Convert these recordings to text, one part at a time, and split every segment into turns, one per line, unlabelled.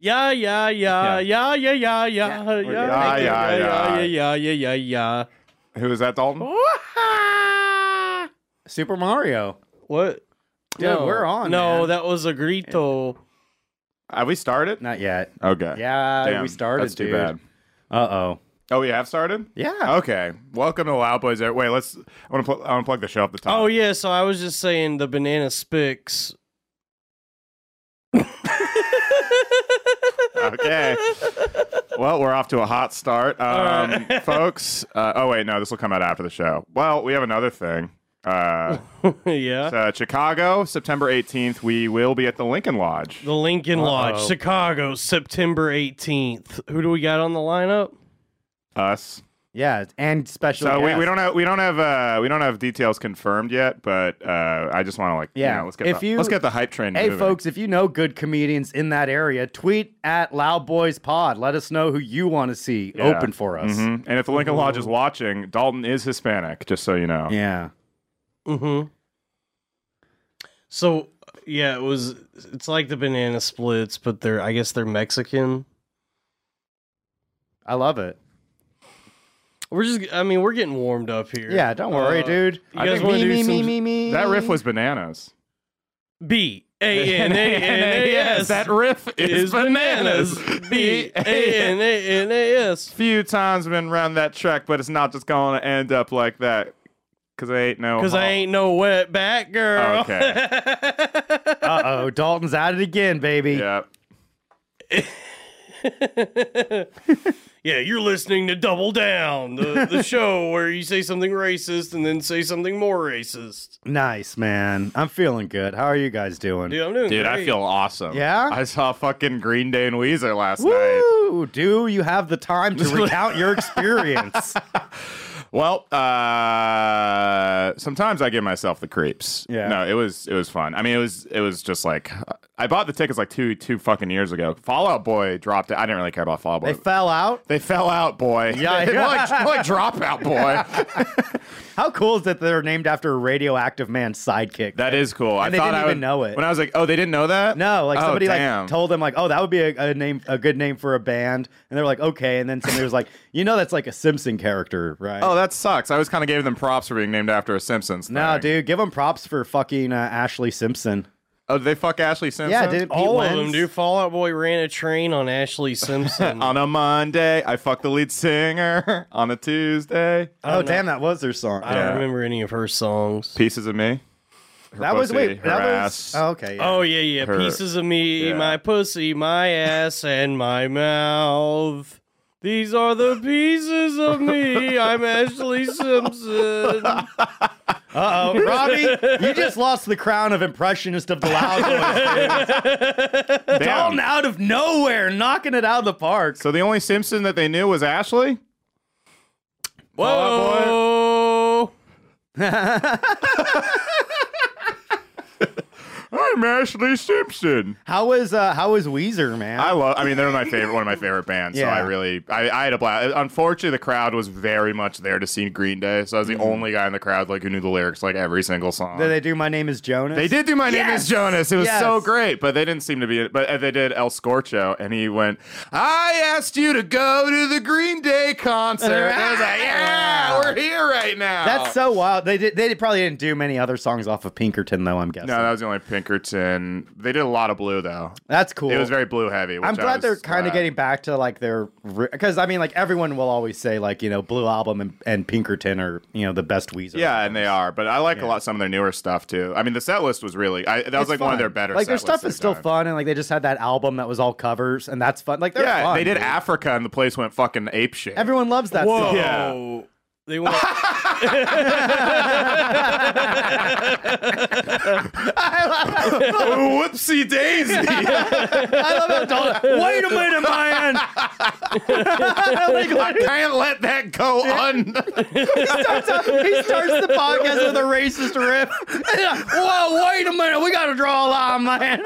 Yeah, yeah, yeah, yeah, yeah, yeah, yeah, yeah, yeah,
Yeah.
yeah, yeah,
yeah,
yeah, yeah, yeah, yeah.
Who is that,
Oh.
Dalton?
Wah-ha!
Super Mario.
What?
Dude, we're on,
No,
man.
that was a grito.
Have we started?
Not yet.
Okay.
Uh, Yeah,
Damn,
we started.
That's too bad.
Uh oh.
Oh, we have started.
Yeah.
Okay. Welcome to Loud Boys. Wait, let's. I want to. Pl- I want to plug the show up the top.
Oh yeah, so I was just saying the banana spicks.
okay. Well, we're off to a hot start, um, folks. Uh, oh wait, no, this will come out after the show. Well, we have another thing. Uh,
yeah.
so Chicago, September eighteenth. We will be at the Lincoln Lodge.
The Lincoln Lodge,
Uh-oh.
Chicago, September 18th. Who do we got on the lineup?
Us.
Yeah, and special.
So we, we
guest.
don't have we don't have uh, we don't have details confirmed yet, but uh, I just want to like yeah.
Yeah.
let's get
If
the,
you-
let's get the hype train.
Hey,
moving.
folks, if you know good comedians in that area, tweet at Loud Boys Pod. Let us know who you want to see
Yeah.
open for us.
Mhm. And if the Lincoln Lodge is watching, Dalton is Hispanic, just so you know.
Yeah.
Mm-hmm. So yeah, it was it's like the banana splits, but they're I guess they're Mexican.
I love it.
We're just I mean, we're getting warmed up here.
Yeah, don't worry,
Uh,
dude.
You
I
guys
think
want to
me,
do
me,
some
me, me, me.
That riff was bananas.
B A N A N A S.
that riff
is
is
bananas.
bananas.
B A N A N A S.
Few times I've been around that track, but it's not just going to end up like that. Cause I ain't no.
Because I
hog.
ain't no wet back girl.
Uh oh, Dalton's at it again, baby.
Yeah.
yeah, you're listening to Double Down, the, the show where you say something racist and then say something more racist.
Nice, man. I'm feeling good. How are you guys doing?
Dude, I'm doing
Dude, I
great.
feel awesome.
Yeah?
I saw fucking Green Day and Weezer last night.
Woo! Do you have the time to recount your experience?
Well, uh, sometimes I give myself the creeps.
Yeah.
No, it was it was fun. I mean, it was it was just like I bought the tickets like two two fucking years ago. Fallout Boy dropped it. I didn't really care about Fallout Boy.
they fell out.
They fell out, boy.
Yeah.
They're like, they're like dropout, boy.
How cool is that they're named after a radioactive man's sidekick?
That is cool. I
And they
thought
didn't
I
even
would-
know it.
when I was like, oh, they didn't know that.
no, like
Oh,
somebody
damn.
like told them like, oh, that would be a, a name, a good name for a band, and they were like, okay, and then somebody was like, you know, that's like a Simpson character, right?
Oh, that sucks. I always kind of gave them props for being named after a Simpsons.
no,
thing.
dude, give them props for fucking uh, Ashley Simpson.
Oh, did they fuck Ashley Simpson?
Yeah, did it
all of
Pete
them,
Wentz?
dude. Fallout Boy ran a train on Ashley Simpson.
On a Monday, I fucked the lead singer. On a Tuesday,
Oh, damn, that was their song.
I
Yeah.
don't remember any of her songs.
pieces of me. Her
that was
pussy,
wait,
her
that
ass.
was oh, okay. yeah.
Oh yeah, yeah.
Her-
Pieces of me,
yeah.
my pussy, my ass, and my mouth. These are the pieces of me. I'm Ashley Simpson.
Uh oh, Robbie, you just lost the crown of impressionist of the loud voice.
Damn.
Dalton out of nowhere, knocking it out of the park.
So the only Simpson that they knew was Ashley. Fallout Boy.
Whoa.
I'm Ashley Simpson.
How was uh, how was Weezer, man?
I love. I mean, they're my favorite, one of my favorite bands. So
Yeah.
I really, I, I had a blast. Unfortunately, the crowd was very much there to see Green Day, so I was the only guy in the crowd like who knew the lyrics like every single song.
Did Mm-hmm. they do My Name Is Jonas?
They did do My Name
Yes!
Is Jonas. It was
Yes.
so great, but they didn't seem to be. But uh, they did El Scorcho, and he went, "I asked you to go to the Green Day concert." and I was like, "Yeah,
Wow.
we're here right now."
That's so wild. They did, they probably didn't do many other songs off of Pinkerton, though. I'm guessing.
no, that was the only Pinkerton. They did a lot of blue though.
That's cool.
It was very blue heavy.
I'm
which I
glad they're
was
kind of
glad.
getting back to like their because I mean like everyone will always say like you know Blue Album and, and Pinkerton are you know the best Weezer.
Yeah, and they are, but I like a lot some of their newer stuff too. I mean, the set list was really I, that was
It's
like one
fun.
of their better.
Like their
set
stuff is
lists
still
they've done.
fun and like they just had that album that was all covers and that's fun. Like they're
Yeah,
fun,
they did
dude.
Africa, and the place went fucking ape shit.
Everyone loves that.
Whoa.
Song.
Yeah.
They went.
oh, whoopsie daisy!
I love that. Dalton. Wait a minute, man. like,
I can't let that go un.
starts up- he starts the podcast with a racist riff. Whoa, wait a minute. We got to draw a line, man.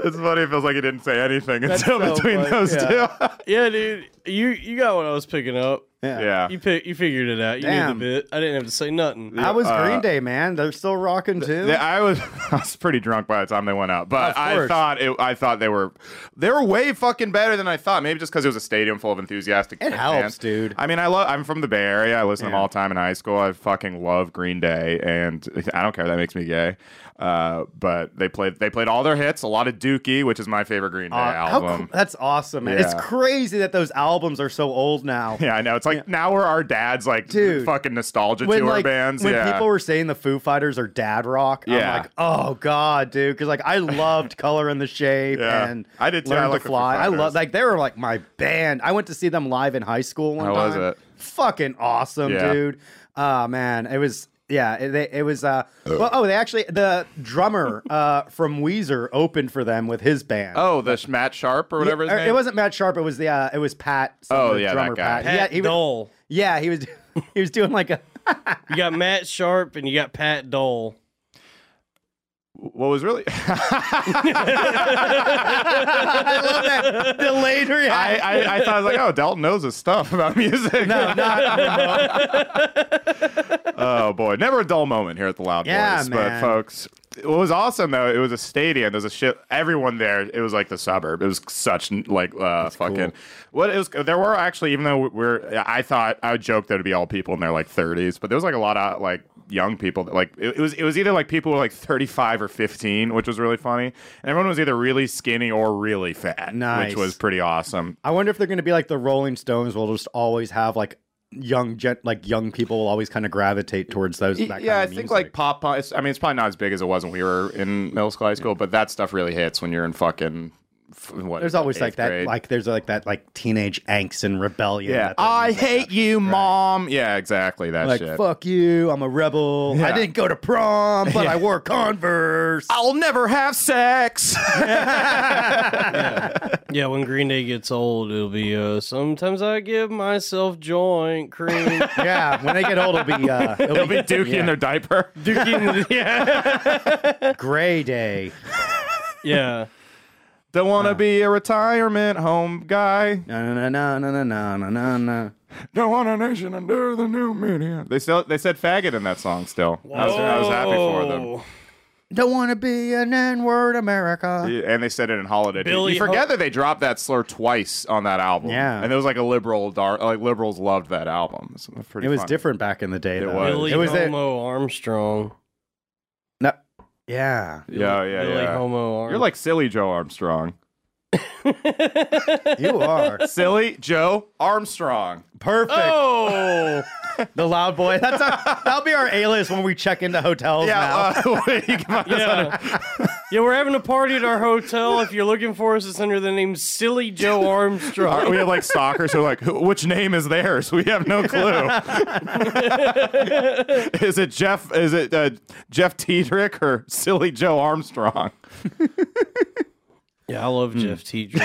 It's funny. It feels like he didn't say anything
That's
until
so
between
funny,
those
yeah.
two.
yeah, dude. You you got what I was picking up.
Yeah.
Yeah.
You pick, you figured it out. You
Damn.
knew the bit. I didn't have to say nothing.
Yeah,
I was
uh,
Green Day, man. They're still rocking too.
Yeah, I was I was pretty drunk by the time they went out, but
Of
I
course.
thought it, I thought they were they were way fucking better than I thought. Maybe just because it was a stadium full of enthusiastic.
It helps,
fans.
dude.
I mean, I love. I'm from the Bay Area. I listened to them all the time in high school. I fucking love Green Day, and I don't care. That makes me gay. Uh, but they played they played all their hits. A lot of Dookie, which is my favorite Green Day
Uh, how
album.
cool- that's awesome, man. It's
Yeah.
crazy that those albums are so old now.
Yeah, I know. It's like now we're our dads, like
Dude.
fucking nostalgia
When
tour
like
bands.
when
yeah.
people were saying the Foo Fighters are dad rock,
Yeah.
I'm like, oh god, dude, because like I loved Color in the Shape
Yeah.
and
I did too.
Learn
I
to
like the Foo
Fly. I
Fighters.
love like they were like my band. I went to see them live in high school one
How
time.
was it?
Fucking awesome,
Yeah.
dude. Oh man, it was. Yeah, it, they- it was. Uh, well, oh, they actually the drummer uh, from Weezer opened for them with his band.
oh, the Sh- Matt Sharp or whatever.
Or
his name
It wasn't Matt Sharp. It was the uh, it was Pat. some
Oh,
other
yeah, that
drummer
guy.
Pat.
Pat
yeah, he was,
Dole.
yeah, he was. He was doing like a.
You got Matt Sharp and you got Pat Dole.
What was really?
I love that delayed
I,
reaction.
I, I thought I was like, oh, Dalton knows his stuff about music.
No, not remote.
oh boy, never a dull moment here at the Loud
Yeah,
Boys.
man.
But folks, what was awesome though, it was a stadium. There's a shit. Everyone there. It was like the suburb. It was such like uh, fucking. What it was? There were actually, even though we're, I thought I would joke there would be all people in their like 30s, but there was like a lot of like young people that like it, it was it was either like people who were like 35 or 15 which was really funny and everyone was either really skinny or really fat
Nice.
which was pretty awesome
I wonder if they're going to be like the Rolling Stones. Will just always have like young gen, like young people will always kind of gravitate towards those. That
Y-
kind
yeah, I
of
think
music.
like pop punk. It's, I mean, it's probably not as big as it was when we were in middle school, high school, but that stuff really hits when you're in fucking f- what?
there's always
eighth
like that,
grade.
like there's like that, like teenage angst and rebellion.
yeah,
that they're
I
using.
hate you, mom. Yeah, exactly that
Like
shit.
fuck you, I'm a rebel. I
Yeah.
didn't go to prom, but I wore Converse.
I'll never have sex.
Yeah, when Green Day gets old, it'll be uh, sometimes I give myself joint cream.
Yeah, when they get old, it'll be uh, it'll,
They'll
be,
be dookie in their diaper.
Duking, yeah.
gray day.
yeah.
Don't want to be a retirement home guy.
No, no, no, no, no, no, no, no, no.
Don't want a nation under the new media. They still they said faggot in that song. Still, I was, I was happy for them.
Whoa.
Don't want to be an N-word America.
Yeah, and they said it in holiday.
Billy
you forget
Ho-
that they dropped that slur twice on that album.
Yeah.
and it was like a liberal dar- like liberals loved that album. It's pretty
It was
fun.
different back in the day.
It
though.
was.
Billy
It was that.
Homo Armstrong.
No. Yeah.
Yeah, yeah,
Billy
yeah.
Homo Armstrong.
You're like silly Joe Armstrong.
You are
silly Joe Armstrong.
perfect.
oh.
The loud boy. That's our, that'll be our A-list when we check into hotels now.
Yeah, uh, you can find us on-
Yeah. yeah, we're having a party at our hotel. If you're looking for us, it's under the name Silly Joe
Our-
Armstrong.
we have like stalkers who are like, "Who- which name is theirs? We have no clue. is it Jeff? Is it uh, Jeff Tiedrick or Silly Joe Armstrong?
yeah, I love
Hmm.
Jeff Teacher.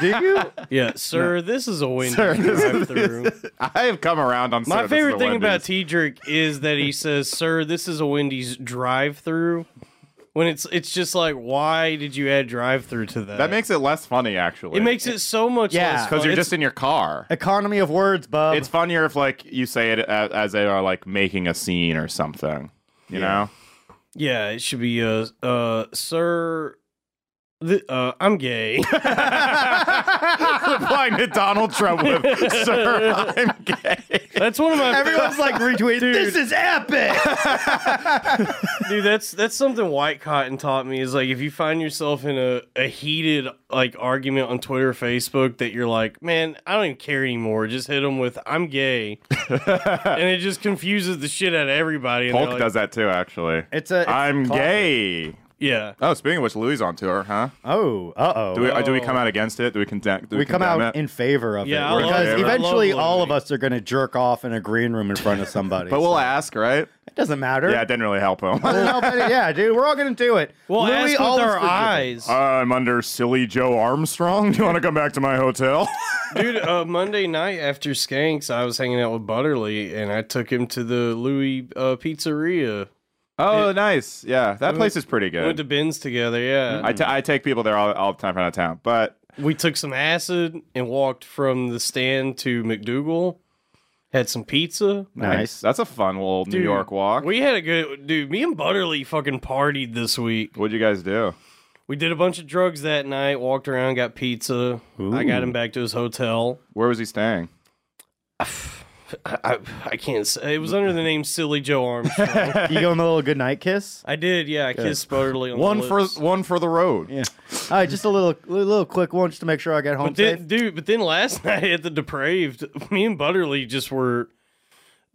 Do you?
Yeah, sir, this is a window
uh,
Sir, this
drive through.
I have come around on
My
Sir, this is
favorite
the
thing about
Wendy's.
Tedrick is that he says, "Sir, this is a Wendy's drive-through." When it's it's just like, why did you add drive-through to that?
That makes it less funny, actually.
it makes it so much
Yeah.
less
because
fun.
you're
It's-
just in your car.
Economy of words, bub.
It's funnier if like you say it as, as they are like making a scene or something. You know?
yeah, it should be uh uh sir. Th- uh, I'm gay.
Replying to Donald Trump with "Sir, I'm gay."
That's one of my
Everyone's like retweeting. This is epic.
dude. That's that's something White Cotton taught me is like if you find yourself in a, a heated like argument on Twitter or Facebook that you're like, man, I don't even care anymore. Just hit them with I'm gay, and it just confuses the shit out of everybody. And they're
Polk
like,
does that too, actually.
It's a. it's
I'm
called-
gay.
Yeah,
Oh, speaking of which, Louis on tour, huh?
Oh, uh oh.
Do we, uh, do we
Oh.
come out against it? Do we condemn? Do we,
we come
condemn
out
it?
in favor of
Yeah, I
it
love
because
it.
eventually
I love
all of
Ludwig.
us are going to jerk off in a green room in front of somebody.
but we'll ask, right?
it doesn't matter.
Yeah, it didn't really help him.
Doesn't help any- yeah, dude, we're all going to do it.
well,
Louis
ask with
all is
our
forgiven.
eyes,
I'm under silly Joe Armstrong. Do you want to come back to my hotel?
dude. Uh, Monday night after Skanks, I was hanging out with Butterly, and I took him to the Louis uh, Pizzeria.
oh, nice. Yeah, that place is pretty
Went
good.
to Ben's together. Yeah,
I, t- I take people there all, all the time from out of town, but
we took some acid and walked from the stand to McDougal. Had some pizza.
Nice.
That's a fun little New
Dude,
York walk.
We had a good dude. Me and Butterly fucking partied this week.
What'd you guys do?
We did a bunch of drugs that night. Walked around, got pizza. I got him back to his hotel.
Where was he staying?
I, I, I can't say it was under the name Silly Joe Armstrong.
You give him a little good night kiss.
I did, yeah. I kissed Butterly on
One
the
for
lips.
one for the road. Yeah.
All right, just a little, little quick one, just to make sure I get home
But
safe.
then, dude, but then last night at the depraved, me and Butterly just were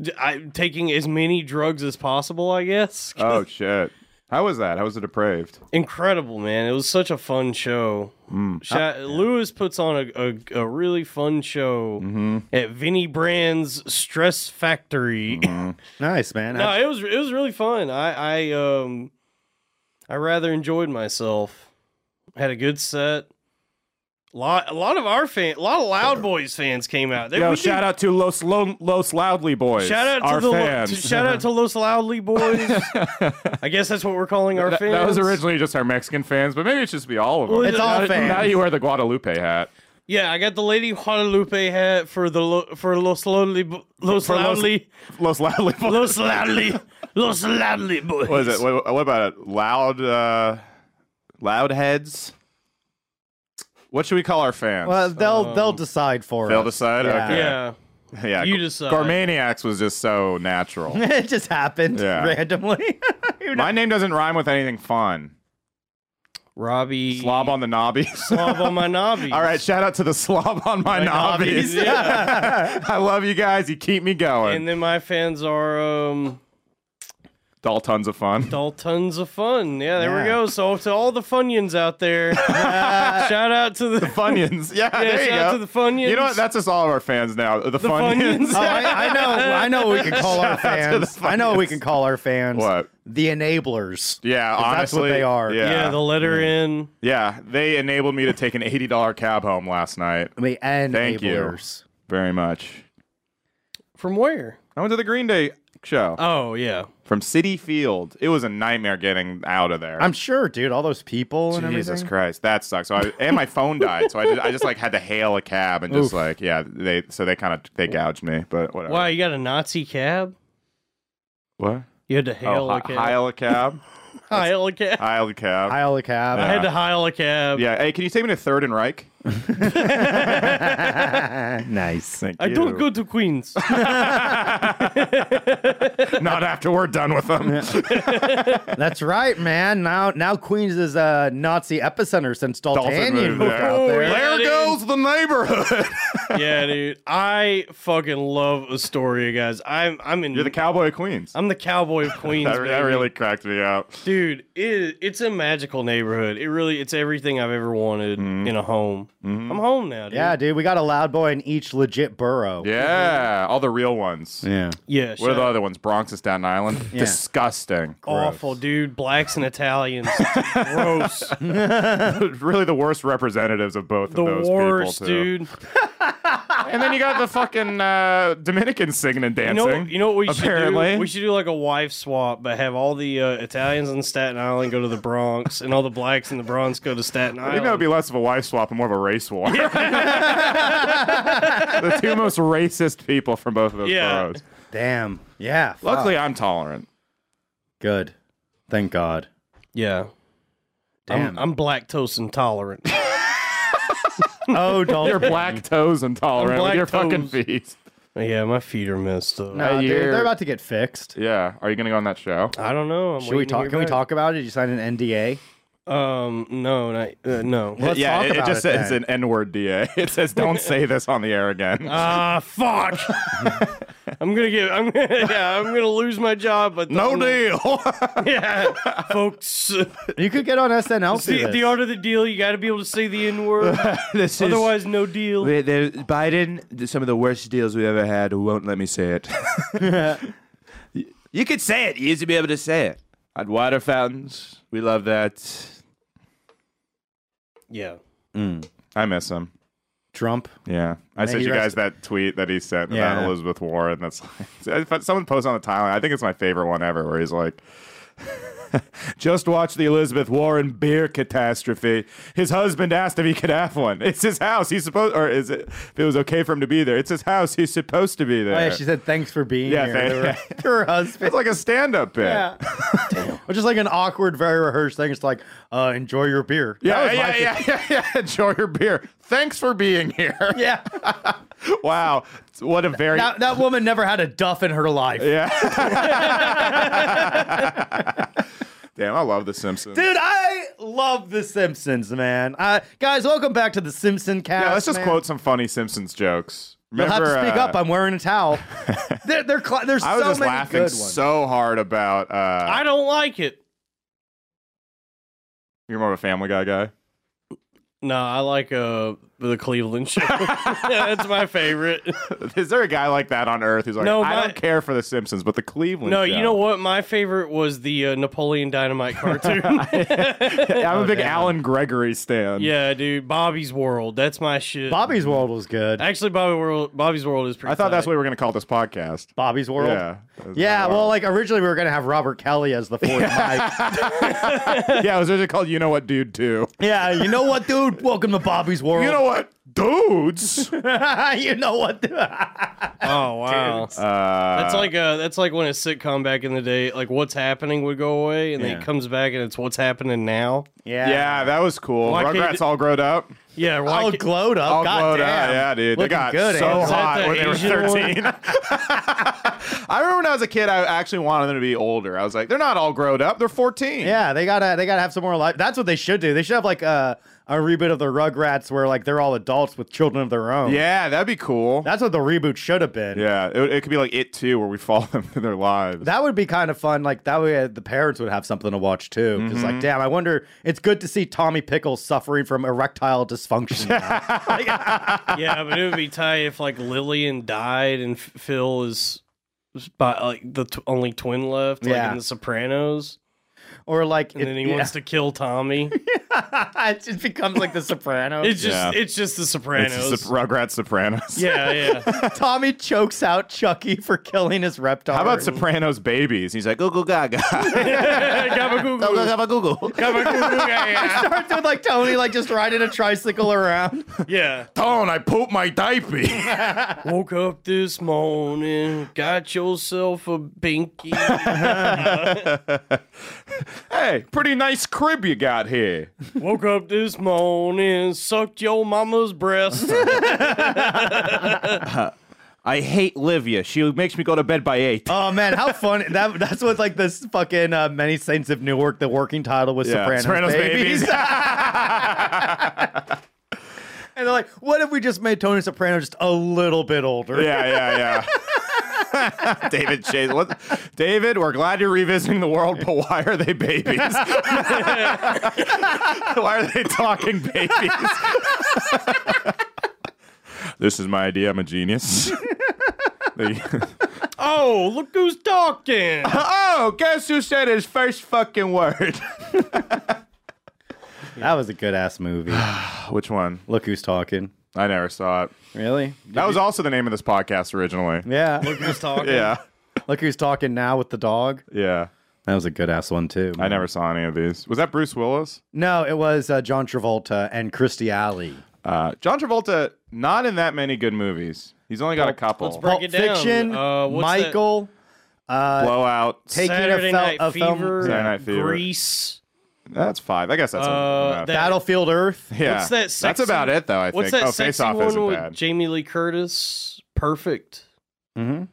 d- I, taking as many drugs as possible. I guess.
Oh shit. How was that? How was it depraved?
Incredible, man! It was such a fun show.
Mm.
Sha- Lewis puts on a, a, a really fun show
Mm-hmm.
at Vinnie Brand's Stress Factory.
Mm-hmm.
nice, man.
no, it was it was really fun. I I um I rather enjoyed myself. Had a good set. Lot, a lot of our fan, a lot of Loud Boys fans came out. They,
Yo,
we do-
shout out to Los Lo- Los Loudly boys.
shout out to
our
the
fans.
To, shout out to Los Loudly Boys. I guess that's what we're calling our
that,
fans.
that was originally just our Mexican fans, but maybe it should just be all of them.
Well, It's
all
now,
fans.
Now you wear the Guadalupe hat.
Yeah, I got the Lady Guadalupe hat for the lo- for Los Loudly Bo- Los
For Los-
Loudly
Los Loudly boys.
Los Loudly Los Loudly Boys.
What is it? What, what about it? Loud, uh, loud heads. What should we call our fans?
well, they'll they'll decide for
They'll
us.
decide? Okay.
Yeah,
yeah,
you
G-
decide.
Garmaniacs was just so natural.
it just happened
Yeah.
randomly. Who knows?
My name doesn't rhyme with anything fun.
Robbie
Slob on the knobby.
Slob on my knobby.
All right, shout out to the slob on my, knobbies. I love you guys. You keep me going.
And then my fans are um
It's all tons of fun.
all tons of fun. Yeah, there
Yeah.
we go. So to all the funyuns out there, shout out to the,
Funyuns. Yeah, there you
shout out
go.
to the Funyuns.
You know what? That's just all of our fans now. The, Funyuns.
Funyuns.
Oh, I, I know. I know. what We can call our
Shout out to
fans.
the
I know. what We can call our fans.
What?
The enablers.
Yeah, honestly.
that's what they are.
Yeah.
yeah. the letter in.
Yeah, they enabled me to take an eighty dollar cab home last night.
I mean, enablers.
Thank you. Very much.
From where?
I went to the Green Day show
Oh yeah.
from City Field. It was a nightmare getting out of there.
I'm sure, dude. All those people and
Jesus
everything.
Christ, that sucks. So I and my phone died, so I just, I just like had to hail a cab and just
Oof.
like yeah, they so they kind of they gouged me, but whatever.
Wow, you got a Nazi cab?
What?
You had to hail
oh,
a
hi-
cab.
hail a cab,
Hail a cab.
hail a cab.
Isle of Cab.
I had to hail a cab.
yeah. Hey, can you take me to Third and Reich?
nice.
Thank
I
you.
don't go to Queens.
Not after we're done with them.
That's right, man. Now, now Queens is a Nazi epicenter since Dalton
moved
moved
there.
out there.
Yeah,
there
dude.
goes the neighborhood.
yeah, dude. I fucking love Astoria, guys. I'm I'm in
You're the cowboy of Queens.
I'm the cowboy of Queens.
That, that
baby.
really cracked me up.
dude it, it's a magical neighborhood it really it's everything i've ever wanted
Mm-hmm.
in a home i'm home now dude.
Yeah, dude. We got a loud boy in each legit borough.
Yeah, all the real ones.
Yeah.
yeah
What are
shout-
the other ones? Bronx and Staten Island.
Yeah.
Disgusting.
awful dude blacks and italians gross
really the worst representatives of both
the
of those
worst
people, too.
dude
And then you got the fucking uh, Dominicans singing and
you
dancing.
know, you know what we should
Apparently.
do we should do like a wife swap but have all the uh, italians in staten island go to the bronx and all the blacks in the bronx go to staten
I think that would
island
be less of a wife swap and more of a race war. the two most racist people from both of those
Yeah.
boroughs.
Damn. Yeah. fuck.
Luckily, I'm tolerant.
Good. Thank God.
yeah
Damn.
I'm, I'm lactose intolerant
oh,
You're
Dalton.
black toes intolerant with
black
your fucking
toes.
feet.
yeah my feet are messed up
Nah, dude,
You're-
they're about to get fixed.
Yeah. Are you going to go on that show?
i don't know I'm
Should we
waiting to
talk?
hear
Can we
back.
talk about it? Did you sign an NDA?
Um, no, not, uh, no.
Let's talk
it, it
about
just
it
says
then.
an N-word DA. It says don't say this on the air again.
Uh,
Ah, fuck. I'm gonna get. I'm gonna. Yeah, I'm gonna lose my job. But
oh.
no deal.
Yeah, folks.
You could get on SNL. for
The,
this.
the art of the deal. You got to be able to say the N word.
This
Otherwise, no deal.
Wait, there- Biden, th- some of the worst deals we've ever had, won't let me say it. Y- you could say it. You used to be able to say it. At water fountains, we love that.
Yeah.
I miss him.
Trump.
Yeah, I
he
sent you guys
rest-
that tweet that he sent
Yeah.
about Elizabeth Warren. That's like, someone posted on the timeline. I think it's my favorite one ever, where he's like, Just watch the Elizabeth Warren beer catastrophe. His husband asked if he could have one. It's his house. He's supposed, or is it? If it was okay for him to be there, it's his house. He's supposed to be there.
Oh, yeah, she said thanks for being
Yeah,
here
thank-
to, her, to her husband.
it's like a stand-up bit.
yeah. Which is like an awkward, very rehearsed thing. It's like, uh, enjoy your beer. That
Yeah,
was my
yeah, yeah, yeah, yeah. Enjoy your beer. Thanks for being here.
Yeah.
Wow, what a very
That, that woman never had a duff in her life.
yeah. Damn, I love The Simpsons.
Dude, I love The Simpsons, man. Uh, guys, welcome back to The Simpson cast.
yeah, let's just
man.
quote some funny Simpsons jokes.
You'll
Remember,
have to speak
uh,
up. I'm wearing a towel. there, there, cl- there's
I was
so
just
many
laughing
good ones.
so hard about. Uh,
I don't like it.
you're more of a Family Guy guy.
No, I like uh the Cleveland show. That's my favorite.
Is there a guy like that on Earth who's like,
No,
I
my-
don't care for The Simpsons, but the Cleveland?
No,
show.
you know what? My favorite was the uh, Napoleon Dynamite cartoon.
I'm
Oh,
a big Alan Gregory stan.
yeah, dude, Bobby's World. That's my shit.
Bobby's World was good.
Actually, Bobby World, Bobby's World is pretty.
I thought that's
tight.
what we were gonna call this podcast.
Bobby's World.
Yeah.
Yeah, well, like originally we were gonna have Robert Kelly as the fourth mic.
yeah, it was originally called "You Know What, Dude." Too.
Yeah, you know what, dude? Welcome to Bobby's World.
You know what, dudes?
you know what? dude?
Oh wow, that's like uh, that's like when a sitcom back in the day, like what's happening would go away, and then
Yeah.
it comes back, and it's what's happening now.
yeah.
yeah, that was cool.
Why can't e-
Rugrats
you-
all grown up.
Yeah, why
All
ca-
glowed up.
All
God
glowed
damn.
up. Yeah, dude.
Looking
they got
good,
so
eh?
Andy.
Is that
hot
the
when they were
Asian one?
13. I remember when I was a kid, I actually wanted them to be older. I was like, they're not all grown up. They're 14.
Yeah, they gotta they gotta have some more life. That's what they should do. They should have like a a reboot of the Rugrats where like they're all adults with children of their own.
Yeah, that'd be cool.
that's what the reboot should have been.
yeah, it, it could be like It Too, where we follow them through their lives.
That would be kind of fun. Like that way, uh, the parents would have something to watch too. Because
Mm-hmm.
like, damn, I wonder. It's good to see Tommy Pickles suffering from erectile dysfunction. now.
yeah, but it would be tight if like Lillian died and F- Phil is is by like the t- only twin left, like
Yeah.
in The Sopranos,
or like,
and then he wants to kill Tommy.
it just becomes like The Sopranos.
It's just
Yeah.
it's just The
it's
Sopranos.
just the Rugrats Sopranos.
yeah, yeah.
Tommy chokes out Chucky for killing his reptile.
How about Sopranos babies? He's like, Google Gaga.
Gabagoogoo.
Google.
Gabagoogoo, yeah, yeah.
starts with like Tony like just riding a tricycle around?
Yeah.
Tone, I pooped my diaper.
Woke up this morning, got yourself a binky.
hey, pretty nice crib you got here.
Woke up this morning, sucked your mama's breast.
I hate Livia. She makes me go to bed by eight.
Oh man, how fun! That that's what like this fucking uh, many saints of Newark. The working title was
Yeah,
Sopranos,
Sopranos
babies.
Babies.
and they're like, what if we just made Tony Soprano just a little bit older?
Yeah, yeah, yeah. David Chase. What, David, we're glad you're revisiting the world, but why are they babies? why are they talking babies? this is my idea. I'm a genius. They-
oh, look who's talking.
oh, guess who said his first fucking word?
That was a good ass movie.
Which one?
Look who's talking.
I never saw it.
Really?
That was also the name of this podcast originally.
Yeah.
Look who's talking.
Yeah.
Look who's talking now with the dog.
Yeah.
That was a good ass one too.
I never saw any of these. Was that Bruce Willis?
No, it was uh, John Travolta and Christy Alley.
Uh, John Travolta, not in that many good movies. He's only got a couple.
let's break- Break it down.
Fiction.
Uh, what's that-
Michael. uh,
Blowout.
Take-
Saturday
Taking a fel-
Night
a film-
Fever,
Saturday Night Fever.
Grease.
that's five. I guess that's
Uh,
enough.
that-
Battlefield Earth.
yeah.
What's that?
that's
sexy-
about it, though. I
What's
think.
that
oh,
sexy
Face Off
one
isn't
with
bad.
Jamie Lee Curtis? Perfect.
Mhm.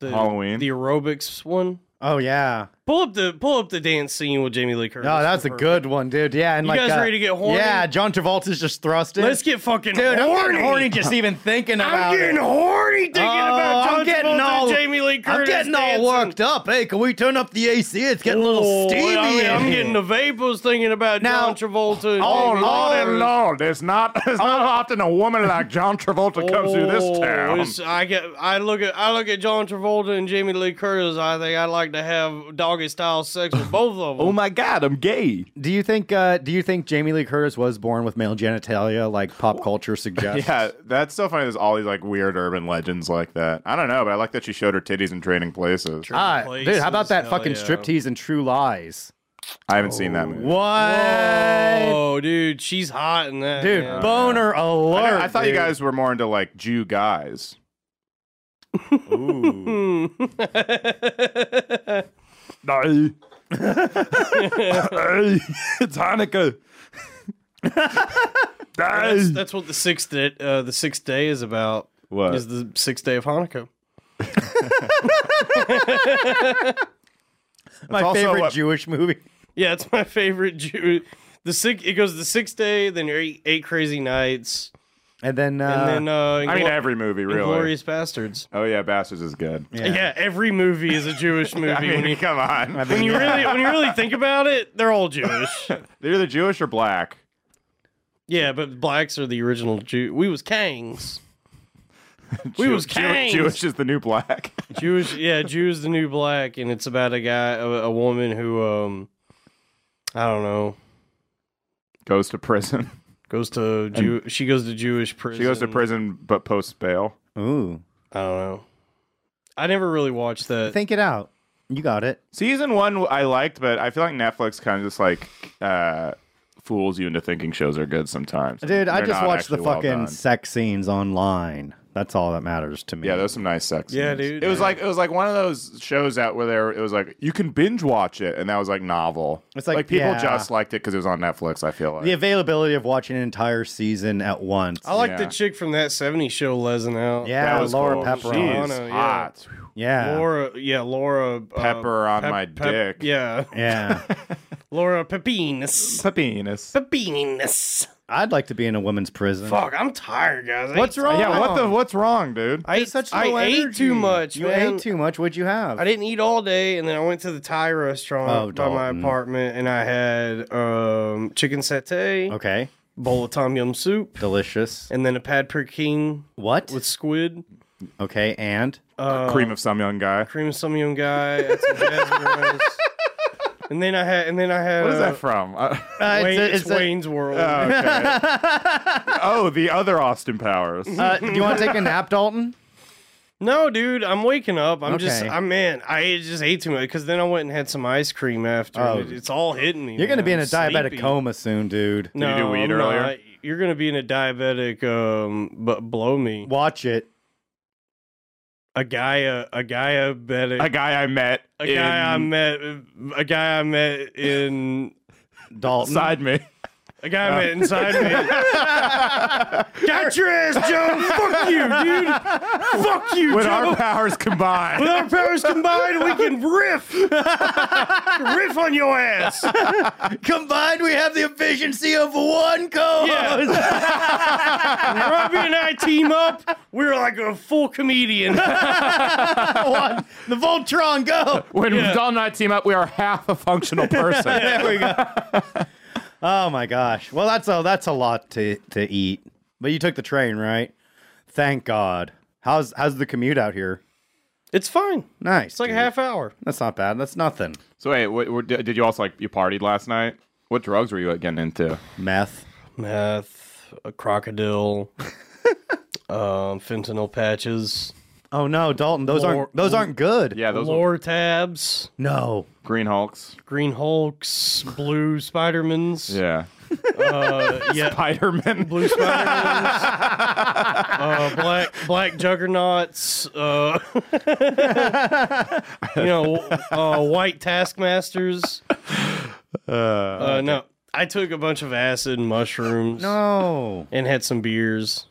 The,
Halloween.
The aerobics one.
Oh yeah.
Pull up the pull up the dance scene with Jamie Lee Curtis.
No, that's
for
a
Perfect.
good one, dude. Yeah, and
You
like
guys
uh,
ready to get horny?
Yeah, John Travolta's just thrusting.
Let's get fucking
dude. I'm
horny. Uh,
getting horny just even thinking
I'm
about
getting
it.
horny thinking about
Oh,
John
I'm getting
Travolta
all-
and Jamie Lee Curtis.
I'm getting all
dancing.
worked up. Hey, can we turn up the AC? It's getting a
Oh,
little steamy.
I
in
am
here.
getting the vapors thinking about
Now-
John Travolta. And
Oh
Jamie Lee
Lord
Curtis.
and Lord, there's not there's not often a woman like John Travolta comes through this
Oh,
town.
it's- I get, I look at, I look at John Travolta and Jamie Lee Curtis. I think I'd like to have doggy style sex with both of them.
Oh my god, I'm gay.
Do you think? Uh, do you think Jamie Lee Curtis was born with male genitalia, like pop culture suggests?
Yeah, that's so funny. There's all these like weird urban legends like that. I don't know, but I like that she showed her titties in Trading Places.
Ah, dude, how about that
Hell
fucking
yeah.
striptease and True Lies?
I haven't seen that movie.
What?
Oh, dude, she's hot in that.
Dude,
man.
boner alert.
I, know- I thought you
dude.
guys were more into like Jew guys.
Hmm.
it's Hanukkah.
that's, that's what the sixth day, uh, the sixth day is about.
What?
is the sixth day of Hanukkah?
My
also
favorite
what-
Jewish movie.
Yeah, it's my favorite Jew. The six it goes the sixth day, then your eight, eight crazy nights,
And then, uh,
and then uh,
I mean,
Inglo-
every movie, really.
Inglorious Bastards.
Oh yeah, Bastards is good.
Yeah. every movie is a Jewish movie.
I
when you
mean, come on.
when you really when you really think about it, they're all Jewish.
They're either Jewish or black.
Yeah, but blacks are the original Jew. We was Kangs. We
Jew-
was
Jew-
Kangs.
Jewish is the new black.
Jewish, yeah, Jews the new black, and it's about a guy, a, a woman who, um, I don't know,
Goes to prison.
goes to Jew. She goes to Jewish prison.
She goes to prison, but posts bail.
uh,
ooh,
I don't know. I never really watched that.
think it out. You got it.
Season one I liked, but I feel like Netflix kind of just like uh, fools you into thinking shows are good sometimes.
Dude, I
They're
just
not
watched the
actually well
fucking
done.
sex scenes online. That's all that matters to me.
yeah, there's some nice sex.
Yeah,
scenes.
dude.
It was like it was like one of those shows out where there it was like you can binge watch it, and that was like novel.
It's like,
people
yeah.
just liked it because it was on Netflix. I feel like
the availability of watching an entire season at once.
I like the
yeah.
chick from that '70s show, Lezen out.
yeah, Laura
cool.
Pepper.
She
on
is
it, yeah.
hot.
Yeah,
Laura. Yeah, Laura. uh,
Pepper on my dick.
Yeah,
yeah.
Laura Pepinas.
Penis.
Pepinas.
I'd like to be in a women's prison.
Fuck, I'm tired, guys. I
What's
ate-
wrong?
Yeah, what the what's wrong, dude?
I ate,
Such
I
low
ate
energy.
too much.
You
man.
ate too much. What'd you have?
I didn't eat all day, and then I went to the Thai
Oh,
restaurant by my
Dalton.
apartment, and I had um, chicken satay,
okay,
bowl of tom yum soup,
delicious.
and then a pad per king
What?
with squid,
Okay, and
Uh,
Cream of some young guy.
cream of some yum guy, and some jasmine rice. And then I had, and then I had.
What is
uh,
that from? Uh,
Uh,
Wayne-
it's a-
it's,
it's a-
Wayne's World.
oh, the other Austin Powers.
uh, do you want to take a nap, Dalton?
no, dude, I'm waking up. I'm just,
Okay.
I'm man. I just ate too much because then I went and had some ice cream after. and
Oh.
it- it's all hitting me.
You're gonna
man.
be in
I'm
a diabetic
sleepy.
coma soon, dude.
No,
you do weed
I'm
earlier?
not. You're gonna be in a diabetic, um, but blow me.
Watch it.
a guy a, a guy I met
a
a,
guy I met.
a
in-
guy I met a guy I met in
Dalton.
Side me.
a guy I met
Uh.
inside me. Got your ass, Joe. Fuck you, dude. Fuck you,
When
Joe.
our powers combine.
With our powers combined, we can riff, riff on your ass.
Combined, we have the efficiency of one co
Yeah. when Robbie and I team up, we're like a full comedian.
The Voltron, go.
when
Yeah.
Dalton and I team up, we are half a functional person.
There we go. oh my gosh. Well, that's a that's a lot to to eat. But you took the train, right? Thank God. How's how's the commute out here?
It's fine.
Nice.
It's like a
dude.
half hour.
That's not bad. That's nothing.
so wait, what, what, did you also like you partied last night? What drugs were you getting into?
Meth.
Meth, a crocodile, um, fentanyl patches,
Oh no, Dalton. Those
Lord-
aren't those aren't good.
Yeah, those were
lore tabs.
No.
Green Hulks.
Green Hulks, Blue Spidermans,
Yeah.
uh, yeah,
Spider-Man.
Blue Spidermans, uh, Black Black Juggernauts, uh, you know, uh, White Taskmasters. Uh, no, I took a bunch of acid and mushrooms,
No.
and had some beers,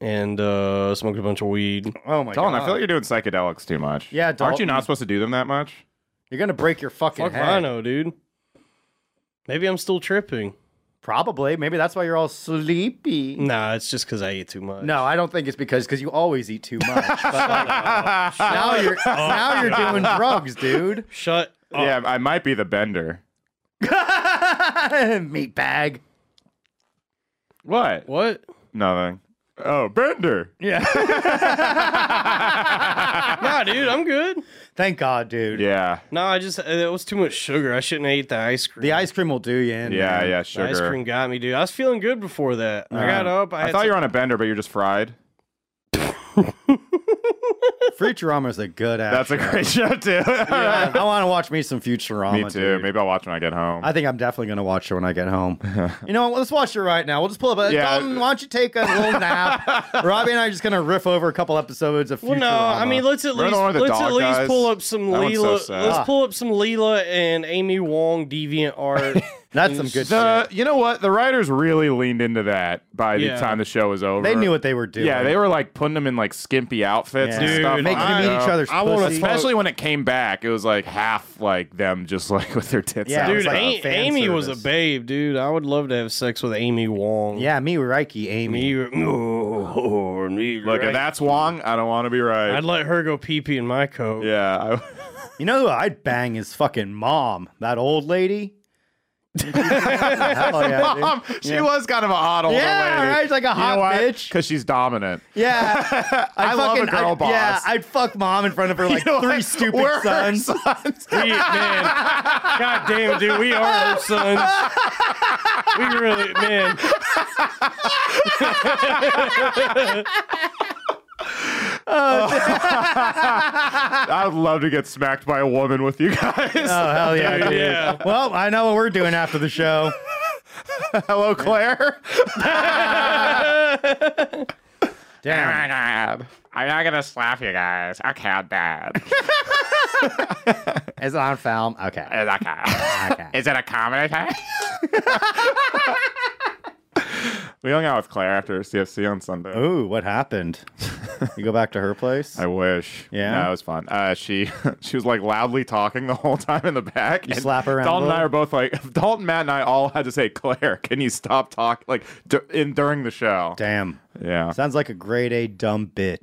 and uh, smoked a bunch of weed.
Oh my
Dalton,
god.
I feel like you're doing psychedelics too much.
Yeah,
Aren't you
Dalton.
not supposed to do them that much?
You're gonna break your fucking
Fuck if I
head.
know, dude. Maybe I'm still tripping.
Probably. Maybe that's why you're all sleepy.
Nah, it's just because I ate too much.
No, I don't think it's because because you always eat too much. But like, now you're now you're doing drugs, dude.
Shut up.
Yeah, I might be the bender.
Meat bag.
What?
What?
Nothing. Oh, bender.
Nah, dude, I'm good.
Thank God, dude.
Yeah.
No, I just uh, it was too much sugar. I shouldn't have ate the ice cream.
The ice cream will do you in.
Yeah,
man.
yeah,
The
sugar.
ice cream got me, dude. I was feeling good before that. I got up. I,
I
had
thought you were on a bender, but you're just fried.
Futurama is a good ass.
That's a great show too.
I, want to watch me some Futurama.
Me too.
dude.
Maybe I'll watch when I get home.
I think I'm definitely gonna watch it when I get home. you know, what? let's watch it right now. We'll just pull up. A,
Yeah.
Dalton, why don't you take a little nap? Robbie and I are just gonna riff over a couple episodes of. Futurama.
Well, Oh, no, I mean let's at
Remember
least
the one with the
let's at
dog
least
guys?
pull up some
That one's so
Leela.
sad.
let's pull up some Leela and Amy Wong deviant art.
that's some good.
the you know what the writers really leaned into that by the
Yeah.
time the show was over.
shit. They knew what they were doing.
Yeah, they were like putting them in like skimpy outfits
Yeah.
and stuff.
Dude,
making them
I don't
eat each
know.
other's.
I wanna
pussy.
fuck-
Especially when it came back, it was like half like them just like with their tits
Yeah,
out.
it was
dude,
like
A-
fan
Amy was a
service.
babe, dude. I would love to have sex with Amy Wong.
Yeah, me, Reiki, Amy.
Me, oh, me
Look,
right.
if that's Wong, I don't want to be right.
I'd let her go pee pee in my coat.
yeah,
You know who I'd bang is fucking mom, that old lady. Hell yeah,
I,
dude.
Mom, she was kind of a hot older
Yeah,
lady.
right? Like a hot bitch.
because she's dominant.
Yeah, I'd
I love a girl
I'd- Yeah,
boss.
I'd fuck mom in front of her like
You know
three
what?
stupid
We're her
sons.
sons. Oh,
We, man, god damn, dude, we are her sons. We really, man.
I would love to get smacked by a woman with you guys.
Oh hell yeah, dude.
Yeah.
Well, I know what we're doing after the show.
Hello, Claire.
Damn.
god. I'm not gonna slap you guys. Okay, I'm dead.
It's on film. Okay.
okay. Is it a comedy time? we hung out with Claire after CFC on Sunday.
Ooh, what happened? You go back to her place?
I wish.
Yeah?
that was fun. Uh, she she was like loudly talking the whole time in the back. You
slap her around a
Dalton and I
little?
are both like Dalton, Matt, and I all had to say, Claire, can you stop talking? Like dur- in during the show.
Damn.
Yeah.
Sounds like a grade A dumb bitch.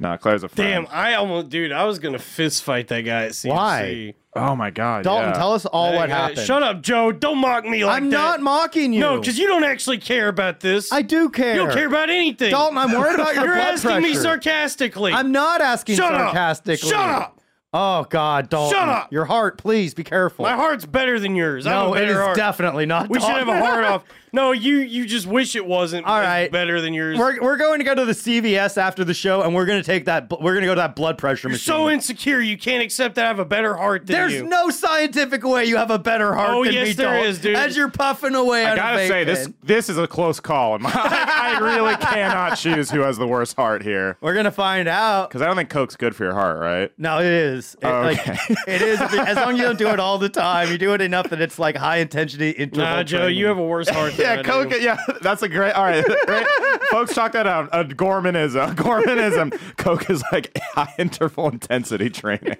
No, Claire's a friend.
Damn, I almost, dude, I was gonna fist fight that guy at CFC.
Why?
Oh my god.
Dalton,
yeah.
tell us all
That
what
guy-
happened.
uh, Shut up, Joe. Don't mock me like
I'm
that.
not mocking you.
No, because you don't actually care about this.
I do care.
You don't care about anything.
Dalton, I'm worried about your
You're
blood
asking me
pressure.
sarcastically.
I'm not asking
Shut up.
sarcastically.
Shut up.
Oh God, Dalton.
Shut up.
Your heart, please be careful.
My heart's better than yours. I have
no,
a
it
better
is
heart.
definitely not.
We should have
Dalton.
a hard off. No, you you just wish it wasn't.
All
It's
right.
better than yours.
We're, we're going to go to the CVS after the show, and we're going to take that. bl- We're going to go to that blood pressure
You're
machine.
so insecure. You can't accept that I have a better heart than
There's
you.
no scientific way you have a better heart
Oh,
than
yes,
me,
there
Dalton,
is, dude.
As you're puffing away,
I gotta say this this is a close call. In my, I really cannot choose who has the worst heart here
We're gonna find out.
because I don't think Coke's good for your heart, right?
No, it is. It,
Oh, Okay.
like, it is. As long as you don't do it all the time, you do it enough that it's like high intensity interval.
Nah, Joe,
training.
you have a worse heart. than I
Yeah,
do.
Coke. Yeah, that's a great. All right, great. folks, chalk that out. A Gormanism. Gormanism. Coke is like high interval intensity training.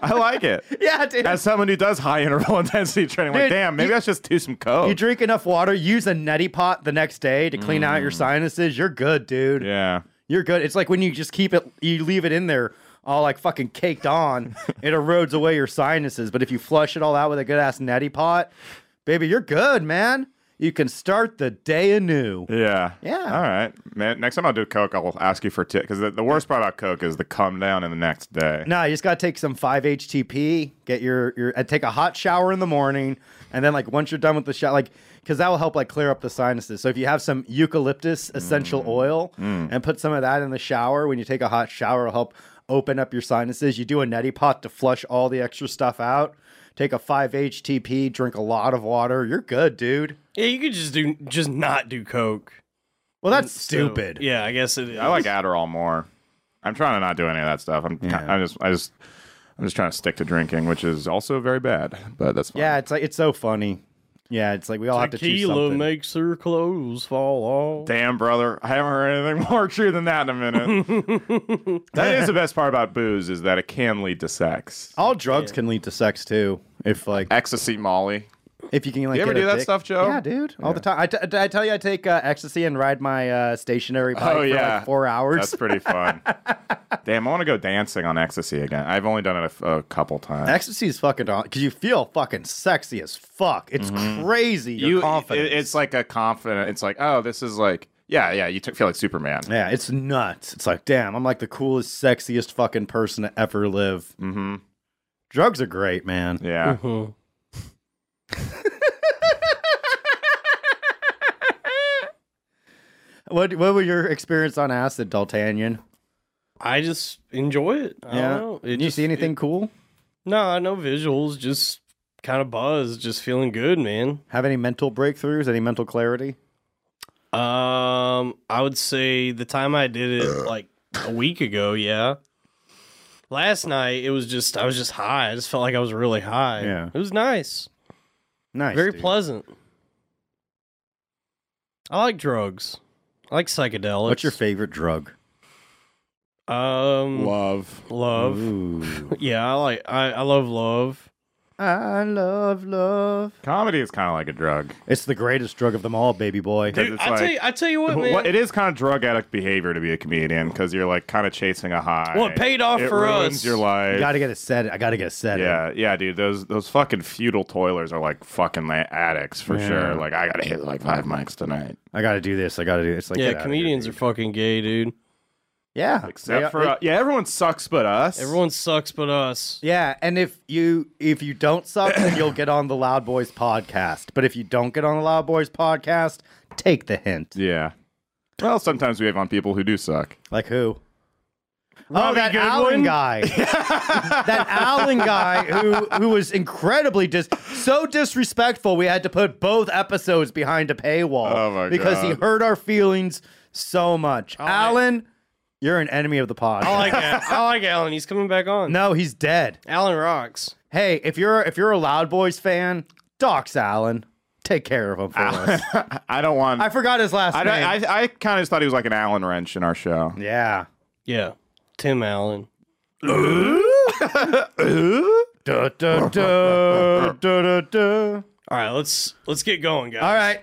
I like it.
Yeah, dude.
As someone who does high interval intensity training, like,
Dude,
damn, maybe
you-
I should just do some Coke.
you drink enough water, use a neti pot the next day to clean out your sinuses. You're good, dude.
Mm. yeah.
You're good. It's like when you just keep it, you leave it in there all like fucking caked on, it erodes away your sinuses. But if you flush it all out with a good ass neti pot, baby, you're good, man. You can start the day anew.
Yeah.
Yeah.
All right. Man, next time I'll do Coke, I'll ask you for tip. Because the, the worst part about Coke is the come down in the next day.
Nah, you just gotta take some 5-HTP, get your your and take a hot shower in the morning, and then like once you're done with the shower, like because that will help like clear up the sinuses. So if you have some eucalyptus essential oil and put some of that in the shower when you take a hot shower, it'll help open up your sinuses. You do a neti pot to flush all the extra stuff out. Take a 5-HTP, drink a lot of water. You're good, dude.
Yeah, you could just do just not do coke.
Well, that's
So,
stupid.
yeah, I guess it is.
I like Adderall more. I'm trying to not do any of that stuff. I'm, I'm just, I just, I'm just trying to stick to drinking, which is also very bad. But that's fine.
Yeah, it's like it's so funny. Yeah, it's like we all have to choose
Tequila
something.
makes her clothes fall off.
Damn, brother, I haven't heard anything more true than that in a minute. that is the best part about booze is that it can lead to sex.
all drugs can lead to sex too. If like
Ecstasy, Molly.
If you can, like,
You ever
get a
do that
dick-
stuff, Joe?
Yeah, dude, all the time. I, t- I tell you, I take uh, ecstasy and ride my uh, stationary bike
Oh
for
yeah,
like four hours.
That's pretty fun. Damn, I want to go dancing on ecstasy again. I've only done it a, f- a couple times.
ecstasy is fucking because you feel fucking sexy as fuck. It's crazy. Your
Mm-hmm. You,
confidence.
it- it's like a confident. It's like, oh, this is like, yeah, yeah. You t- feel like Superman.
yeah, it's nuts. It's like, damn, I'm like the coolest, sexiest fucking person to ever live. Mm-hmm. Drugs are great, man.
Mm. Yeah.
Mhm.
What What was your experience on acid, Daltanian?
I just enjoy it. I
yeah.
don't know. It
Did you
just-
see anything
It,
cool?
nah, no visuals. Just kind of buzz. Just feeling good, man.
Have any mental breakthroughs? Any mental clarity?
Um, I would say the time I did it like a week ago, yeah. Last night it was just I was just high. I just felt like I was really high.
Yeah.
It was nice.
Nice.
Very
dude.
pleasant. I like drugs. I like psychedelics.
What's your favorite drug?
um
Love.
love?
Ooh.
Yeah, I like I, I love love.
I love love.
Comedy is kind of like a drug.
It's the greatest drug of them all, baby boy.
Dude,
Dude,
it's
I tell
like-
you I tell you what, man.
Well, it is kind of drug addict behavior to be a comedian because you're like kind of chasing a high.
Well, it paid off
It
for
ruins
us.
Your life.
I gotta get it set. I gotta get it set.
yeah, yeah, dude. Those those fucking feudal toilers are like fucking la- addicts for sure. Like I gotta hit like five mics tonight.
I gotta do this. I gotta do this. Like,
yeah, comedians are fucking gay, dude.
Yeah.
Except
They-
for uh, yeah, everyone sucks but us.
Everyone sucks but us.
Yeah, and if you if you don't suck, then you'll get on the Loud Boys podcast. But if you don't get on the Loud Boys podcast, take the hint.
Yeah. Well, sometimes we have on people who do suck.
Like who? oh,
Robbie
that
Goodwin?
Allen guy. that Allen guy who who was incredibly just so disrespectful. We had to put both episodes behind a paywall
Oh, my
because he
God. Oh,
hurt our feelings so much. Allen, you're an enemy of the pod.
I like that. I like Alan. He's coming back on.
no, he's dead.
Alan rocks.
Hey, if you're if you're a Loud Boys fan, dox Allen. Take care of him for us.
I don't want.
I forgot his last
I
name.
I, I, kind of just thought he was like an Allen wrench in our show.
yeah.
Yeah. Tim Allen.
Da, da, da, da, da, da.
All right, let's let's get going, guys.
All right.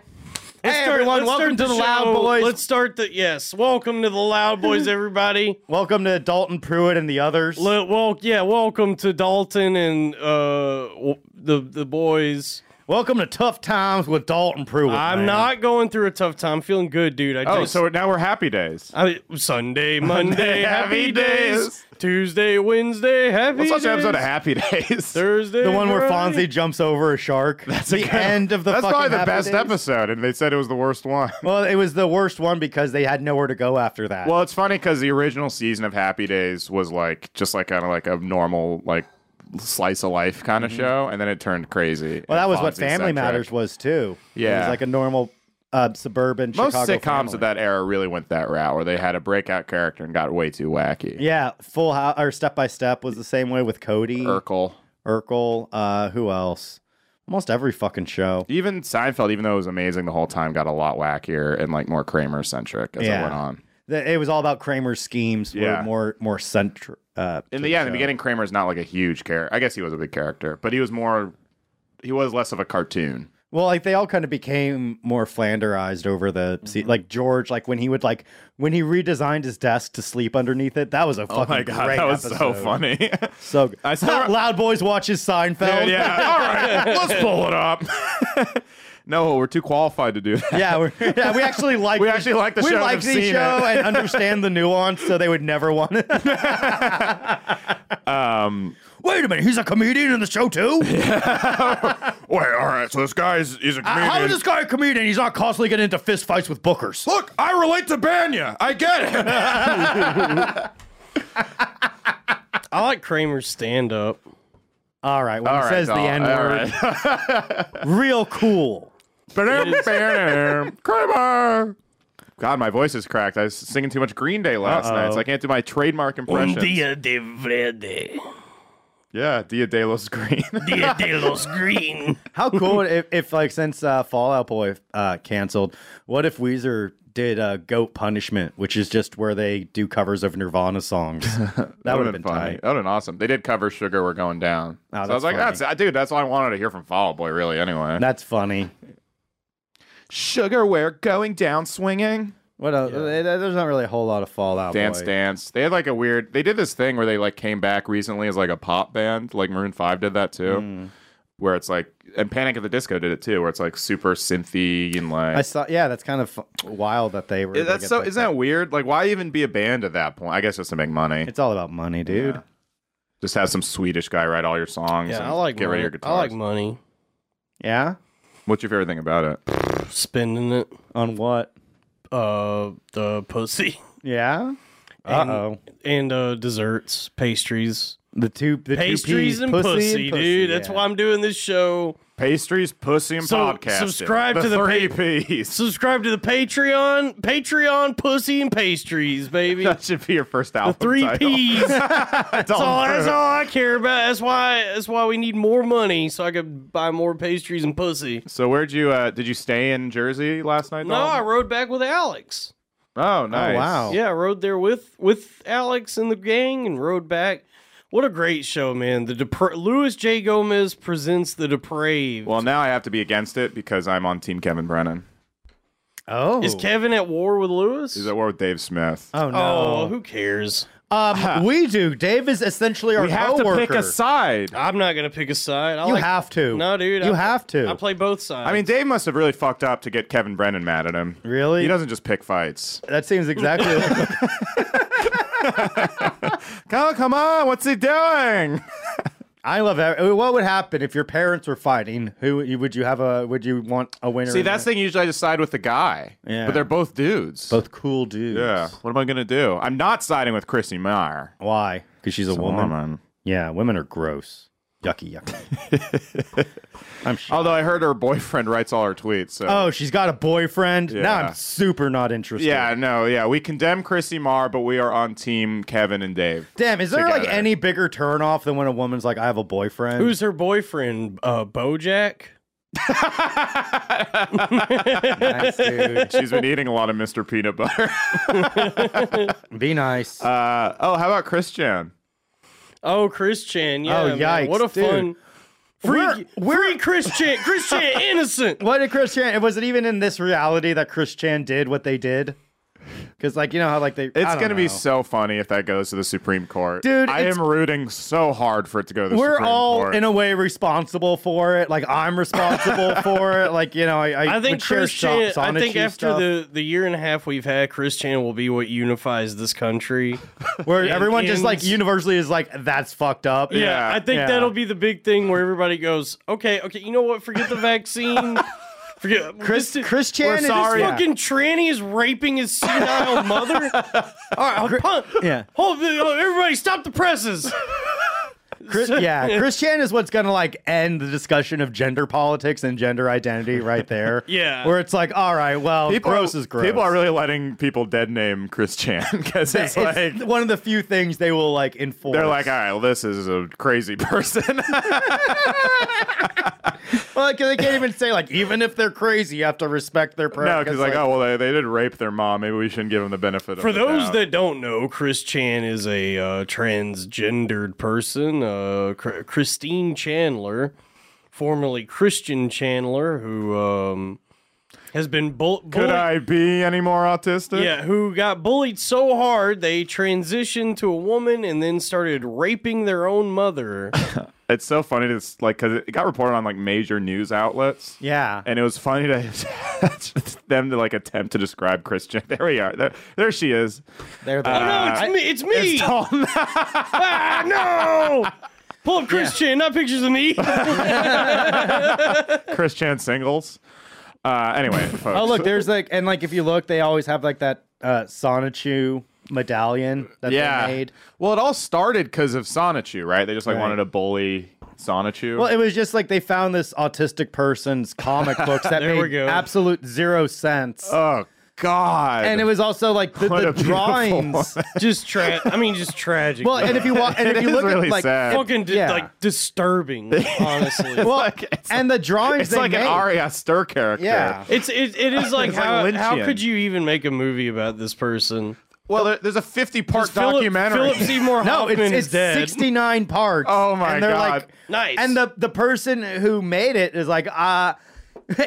hey, everyone.
let's
Welcome
start
to the, Loud
show.
Boys.
Let's start the yes. Welcome to the Loud Boys, everybody.
Welcome to Dalton Pruitt and the others.
Le- well, yeah, welcome to Dalton and uh w- the the boys.
Welcome to Tough Times with Dalton Pruitt.
I'm
man.
not going through a tough time. I'm feeling good, dude. I
Oh,
just,
so now we're happy days.
I, Sunday, Monday, happy
happy
days.
days.
Tuesday, Wednesday, happy
Let's watch
days.
an episode of Happy Days.
Thursday,
The one where
Friday.
Fonzie jumps over a shark. That's the end of the
That's
fucking
probably the
Happy
best
Days.
episode, and they said it was the worst one.
Well, it was the worst one because they had nowhere to go after that.
Well, it's funny because the original season of Happy Days was like just like kind of like a normal like slice of life kind of show, and then it turned crazy.
Mm-hmm. Well, that
and
was what
Fonzie
Family
centric.
Matters was too. It was
Yeah.
like a normal uh, suburban
Most
Chicago
sitcoms
family.
of that era really went that route, where they had a breakout character and got way too wacky.
Yeah, Full House or Step by Step was the same way with Cody
Urkel,
Urkel. Uh, who else? Almost every fucking show.
even Seinfeld, even though it was amazing the whole time, got a lot wackier and like more Kramer centric as
Yeah.
it went on.
The- It was all about Kramer's schemes. were
Yeah.
more more central. Uh,
In the yeah, in the beginning, Kramer's not like a huge character. I guess he was a big character, but he was more. He was less of a cartoon.
Well, like they all kind of became more flanderized over the
Mm-hmm.
se- like George, like when he would like when he redesigned his desk to sleep underneath it. That was a fucking great
Oh that was so
episode.
funny.
So
I saw-
Loud Boys watches Seinfeld.
Dude, yeah. All right. Let's pull it up. no, we're too qualified to do that.
Yeah, we're, yeah, we actually like
We actually like the
we
show and
like
have
the
seen it.
show and understand the nuance, so they would never want it. um,
Um,
wait a minute, he's a comedian in the show too.
Wait, all right. So this guy's he's a comedian.
How is this guy a comedian? He's not constantly getting into fist fights with bookers.
Look, I relate to Banya. I get it.
I like Kramer's stand up.
All right, when
All
he
right,
says the
doll.
N word, real cool.
All right. Kramer. God, my voice is cracked. I was singing too much Green Day last night, so I can't do my trademark impression.
de Verde,
yeah, Dia de los Green.
Dia de los Green.
How cool would- if, if like since uh, Fallout Boy uh, canceled, what if Weezer did uh, Goat Punishment, which is just where they do covers of Nirvana songs? That would have been tight.
That would have been awesome. They did cover "Sugar We're Going Down." so I
that's
was like,
funny.
"That's dude. That's all I wanted to hear from Fall Out Boy, really. Anyway,
That's funny.
"Sugar We're Going Down" swinging.
What else? eh, There's not really a whole lot of Fallout
Dance
Boy.
Dance. They had like a weird. They did this thing where they like came back recently as like a pop band. Like Maroon Five did that too, where it's like and Panic at the Disco did it too, where it's like super synthy and like.
I saw. Yeah, that's kind of fu- wild that they were.
Yeah,
able to
that's
get
so.
that-
Isn't that weird? Like, why even be a band at that point? I guess just to make money.
It's all about money, dude.
Just have some Swedish guy write all your songs.
Yeah,
and
I like
get
money.
rid of your
I like
guitars.
money.
Yeah.
What's your favorite thing about it?
Spending it.
On what?
Uh, the pussy.
Yeah.
and-
Uh-oh.
and uh, desserts, pastries,
The two the
pastries
two Ps,
and
pussy,
pussy,
and pussy,
dude. That's
yeah.
why I'm doing this show.
Pastries, pussy, and
So,
podcasting.
subscribe to the pa-
three P's.
Subscribe to the Patreon, Patreon, pussy and pastries, baby.
That should be your first album.
Three
title.
P's. That's
That's
all, that's all I care about. That's why. That's why we need more money so I could buy more pastries and pussy.
So where'd you? Uh, did you stay in Jersey last night?
No, I rode back with Alex.
I, oh, nice.
wow.
Yeah, I rode there with with Alex and the gang and rode back. What a great show, man! The Depra- Louis J. Gomez presents the Depraved.
Well, now I have to be against it because I'm on Team Kevin Brennan.
Oh.
Is Kevin at war with Lewis?
He's at war with Dave Smith.
Oh
Oh,
no.
who cares?
um, we do. Dave is essentially our
we have to pick
coworker. Ah.
a side.
I'm not gonna pick a side. I
You
like-
have to.
No, dude.
You
I-
have to.
I play both sides.
I mean, Dave must have really fucked up to get Kevin Brennan mad at him.
Really?
He doesn't just pick fights.
that seems exactly. like,
Come, come on, what's he doing?
I love that. What would happen if your parents were fighting? Who you- would you have a? Would you want a winner?
See,
in
that's the
that?
thing. Usually, I just side with the guy.
Yeah.
But they're both dudes.
both cool dudes.
Yeah. What am I gonna do? I'm not siding with Chrissy Meyer.
Why? Because she's a woman. Yeah, women are gross. Yucky, yucky. I'm sure.
Although I heard her boyfriend writes all her tweets. So.
Oh, she's got a boyfriend. Now
Yeah.
I'm super not interested.
Yeah, no, yeah. We condemn Chrissy Marr, but we are on team Kevin and Dave.
Damn, is there like
Together.
any bigger turnoff than when a woman's like, I have a boyfriend?
who's her boyfriend? Uh, Bojack.
nice, dude?
She's been eating a lot of Mr. Peanut Butter.
Be nice.
Uh, oh, how about Christian?
Oh, Christian. Yeah.
Oh,
man, What a
yikes, dude.
fun. Free,
We're-
free Christian. Christian innocent.
what did Chris Chan? Was it even in this reality that Chris Chan did what they did? Because, like, you know how, like, they.
It's
going
gonna
to
be so funny if that goes to the Supreme Court,
Dude,
I
it's-
am rooting so hard for it to go to the
We're
Supreme
all,
Court.
in a way, responsible for it. Like, I'm responsible for it. Like, you know, I. I,
I think
would share
Christian.
Son-
I think
Sonichu
after
stuff,
the the year and a half we've had, Christian will be what unifies this country.
Where everyone just, like,
ends-
universally is like, that's fucked up.
Yeah, I think
yeah.
that'll be the big thing where everybody goes, okay, okay, you know what? Forget the vaccine. Forget
Chris,
this-
Chris Chan
we're
is
sorry.
yeah.
Fucking tranny is raping his senile mother. All right, I'll punt.
yeah.
Hold, everybody, stop the presses.
Chris, yeah, Chris Chan is what's gonna like end the discussion of gender politics and gender identity right there.
Yeah.
where it's like, all right, well,
people
gross
are,
is gross.
People are really letting people dead name Christian because
It's
it's, like
one of the few things they will like enforce.
they're like, uh, all right, well, this is a crazy person.
well, because they can't even say like, even if they're crazy, you have to respect their
no,
preference.
because like, oh well, they, they did rape their mom. Maybe we shouldn't give them the benefit.
For
of the
those
doubt.
that don't know, Chris Chan is a uh, transgendered person. Uh, Cr- Christine Chandler, formerly Christian Chandler, who um, has been bull-
could
bullied-
I be any more autistic?
Yeah, who got bullied so hard they transitioned to a woman and then started raping their own mother.
It's so funny to s- like because it got reported on like major news outlets.
yeah,
And it was funny to them to like attempt to describe Christian. There we are. There, there she is.
they're
uh,
the
no, it's me. It's me.
It's tall.
ah, no. Pull up Christian, not pictures of me.
Christian singles. Uh, anyway, folks.
oh look, there's like, and like if you look, they always have like that uh Sonichu medallion that
yeah.
they made.
Well, it all started because of Sonichu, right? They just like
Right.
wanted to bully Sonichu.
Well, it was just like they found this autistic person's comic books that
There we
made
go.
absolute zero sense.
oh God.
and it was also like the,
What
the
a beautiful
drawings.
just tra- I mean, just tragic.
Well, and if you want, and if
It
you
is
look
really
at like,
sad.
fucking di-
yeah.
like disturbing, honestly.
well,
it's
and the drawings
it's
they
like an
made-
Arya Stir character.
Yeah.
it's it, it is like
It's like
how how
Lynchian.
could you even make a movie about this person?
Well, there, there's a 50 part
Philip,
documentary.
Philip Seymour
No,
Hoffman
it's,
is
it's
dead.
69 parts.
Oh my
and they're
God.
Like,
Nice.
And the the person who made it is like, uh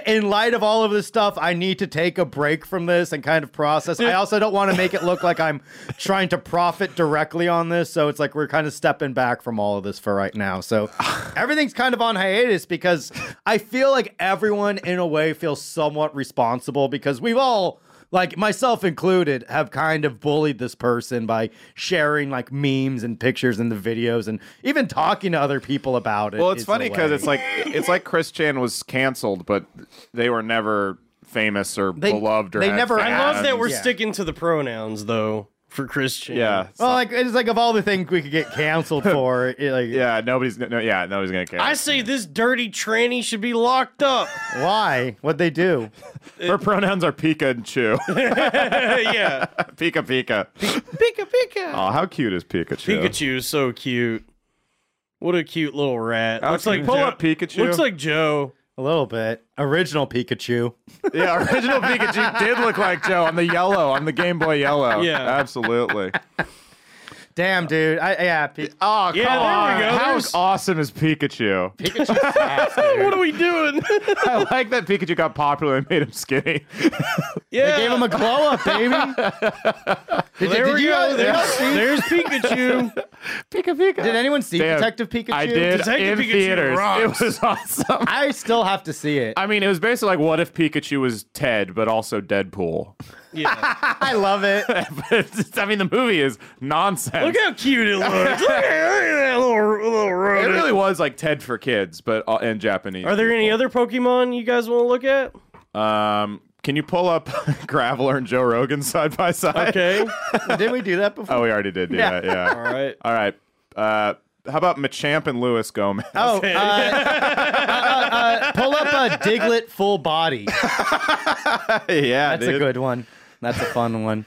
in light of all of this stuff, I need to take a break from this and kind of process. I also don't want to make it look like I'm trying to profit directly on this, so it's like we're kind of stepping back from all of this for right now. So everything's kind of on hiatus because I feel like everyone in a way feels somewhat responsible because we've all like myself included have kind of bullied this person by sharing like memes and pictures and the videos and even talking to other people about it
Well, it's
is
funny
a
because
way.
it's like it's like Chris Chan was canceled, but they were never famous or
They-
beloved or
they
had
never
fans.
I love that we're
Yeah.
sticking to the pronouns though. for Christian.
Yeah.
Well, like it's like of all the things we could get canceled for, it, like
Yeah, nobody's no, yeah, nobody's gonna care.
I say this dirty tranny should be locked up.
why? What they do?
Her pronouns are Pika and Chew.
yeah.
Pika Pika.
Pika Pika.
Oh, how cute is Pikachu?
Pikachu is so cute. What a cute little rat.
I
Looks
can
like
pull
Joe-
up Pikachu.
Looks like Joe.
A little bit. Original Pikachu.
Yeah, original Pikachu did look like Joe on the yellow, on the Game Boy yellow.
Yeah.
Absolutely.
Damn, dude. I yeah. P-
Oh,
Yeah,
come
there
on.
we go.
How
There's-
awesome is Pikachu?
What are we doing?
I like that Pikachu got popular and made him skinny.
yeah.
Gave him a glow up, baby. did,
there
did
we
you
go.
guys- did,
There's, there's Pikachu.
Pika Pika.
did anyone see
Damn.
Detective Pikachu?
I did
Detective
in
Pikachu
theaters.
rocks.
It was awesome.
I still have to see it.
I mean, it was basically like, what if Pikachu was Ted, but also Deadpool?
Yeah.
I love it.
I mean, the movie is nonsense.
Look how cute it looks. Look at, look at that little, little
it
rodent.
really was like Ted for kids, but uh, in Japanese.
Are there any other Pokemon you guys want to look at?
Um, can you pull up Graveler and Joe Rogan side by side?
Okay.
Didn't we do that before?
Oh, we already did do that. Yeah. All
All right.
All right. Uh, how about Machamp and Lewis Gomez?
Oh, uh, uh, uh, pull up a Diglett full body.
yeah,
That's a
dude.
good one. That's a fun one.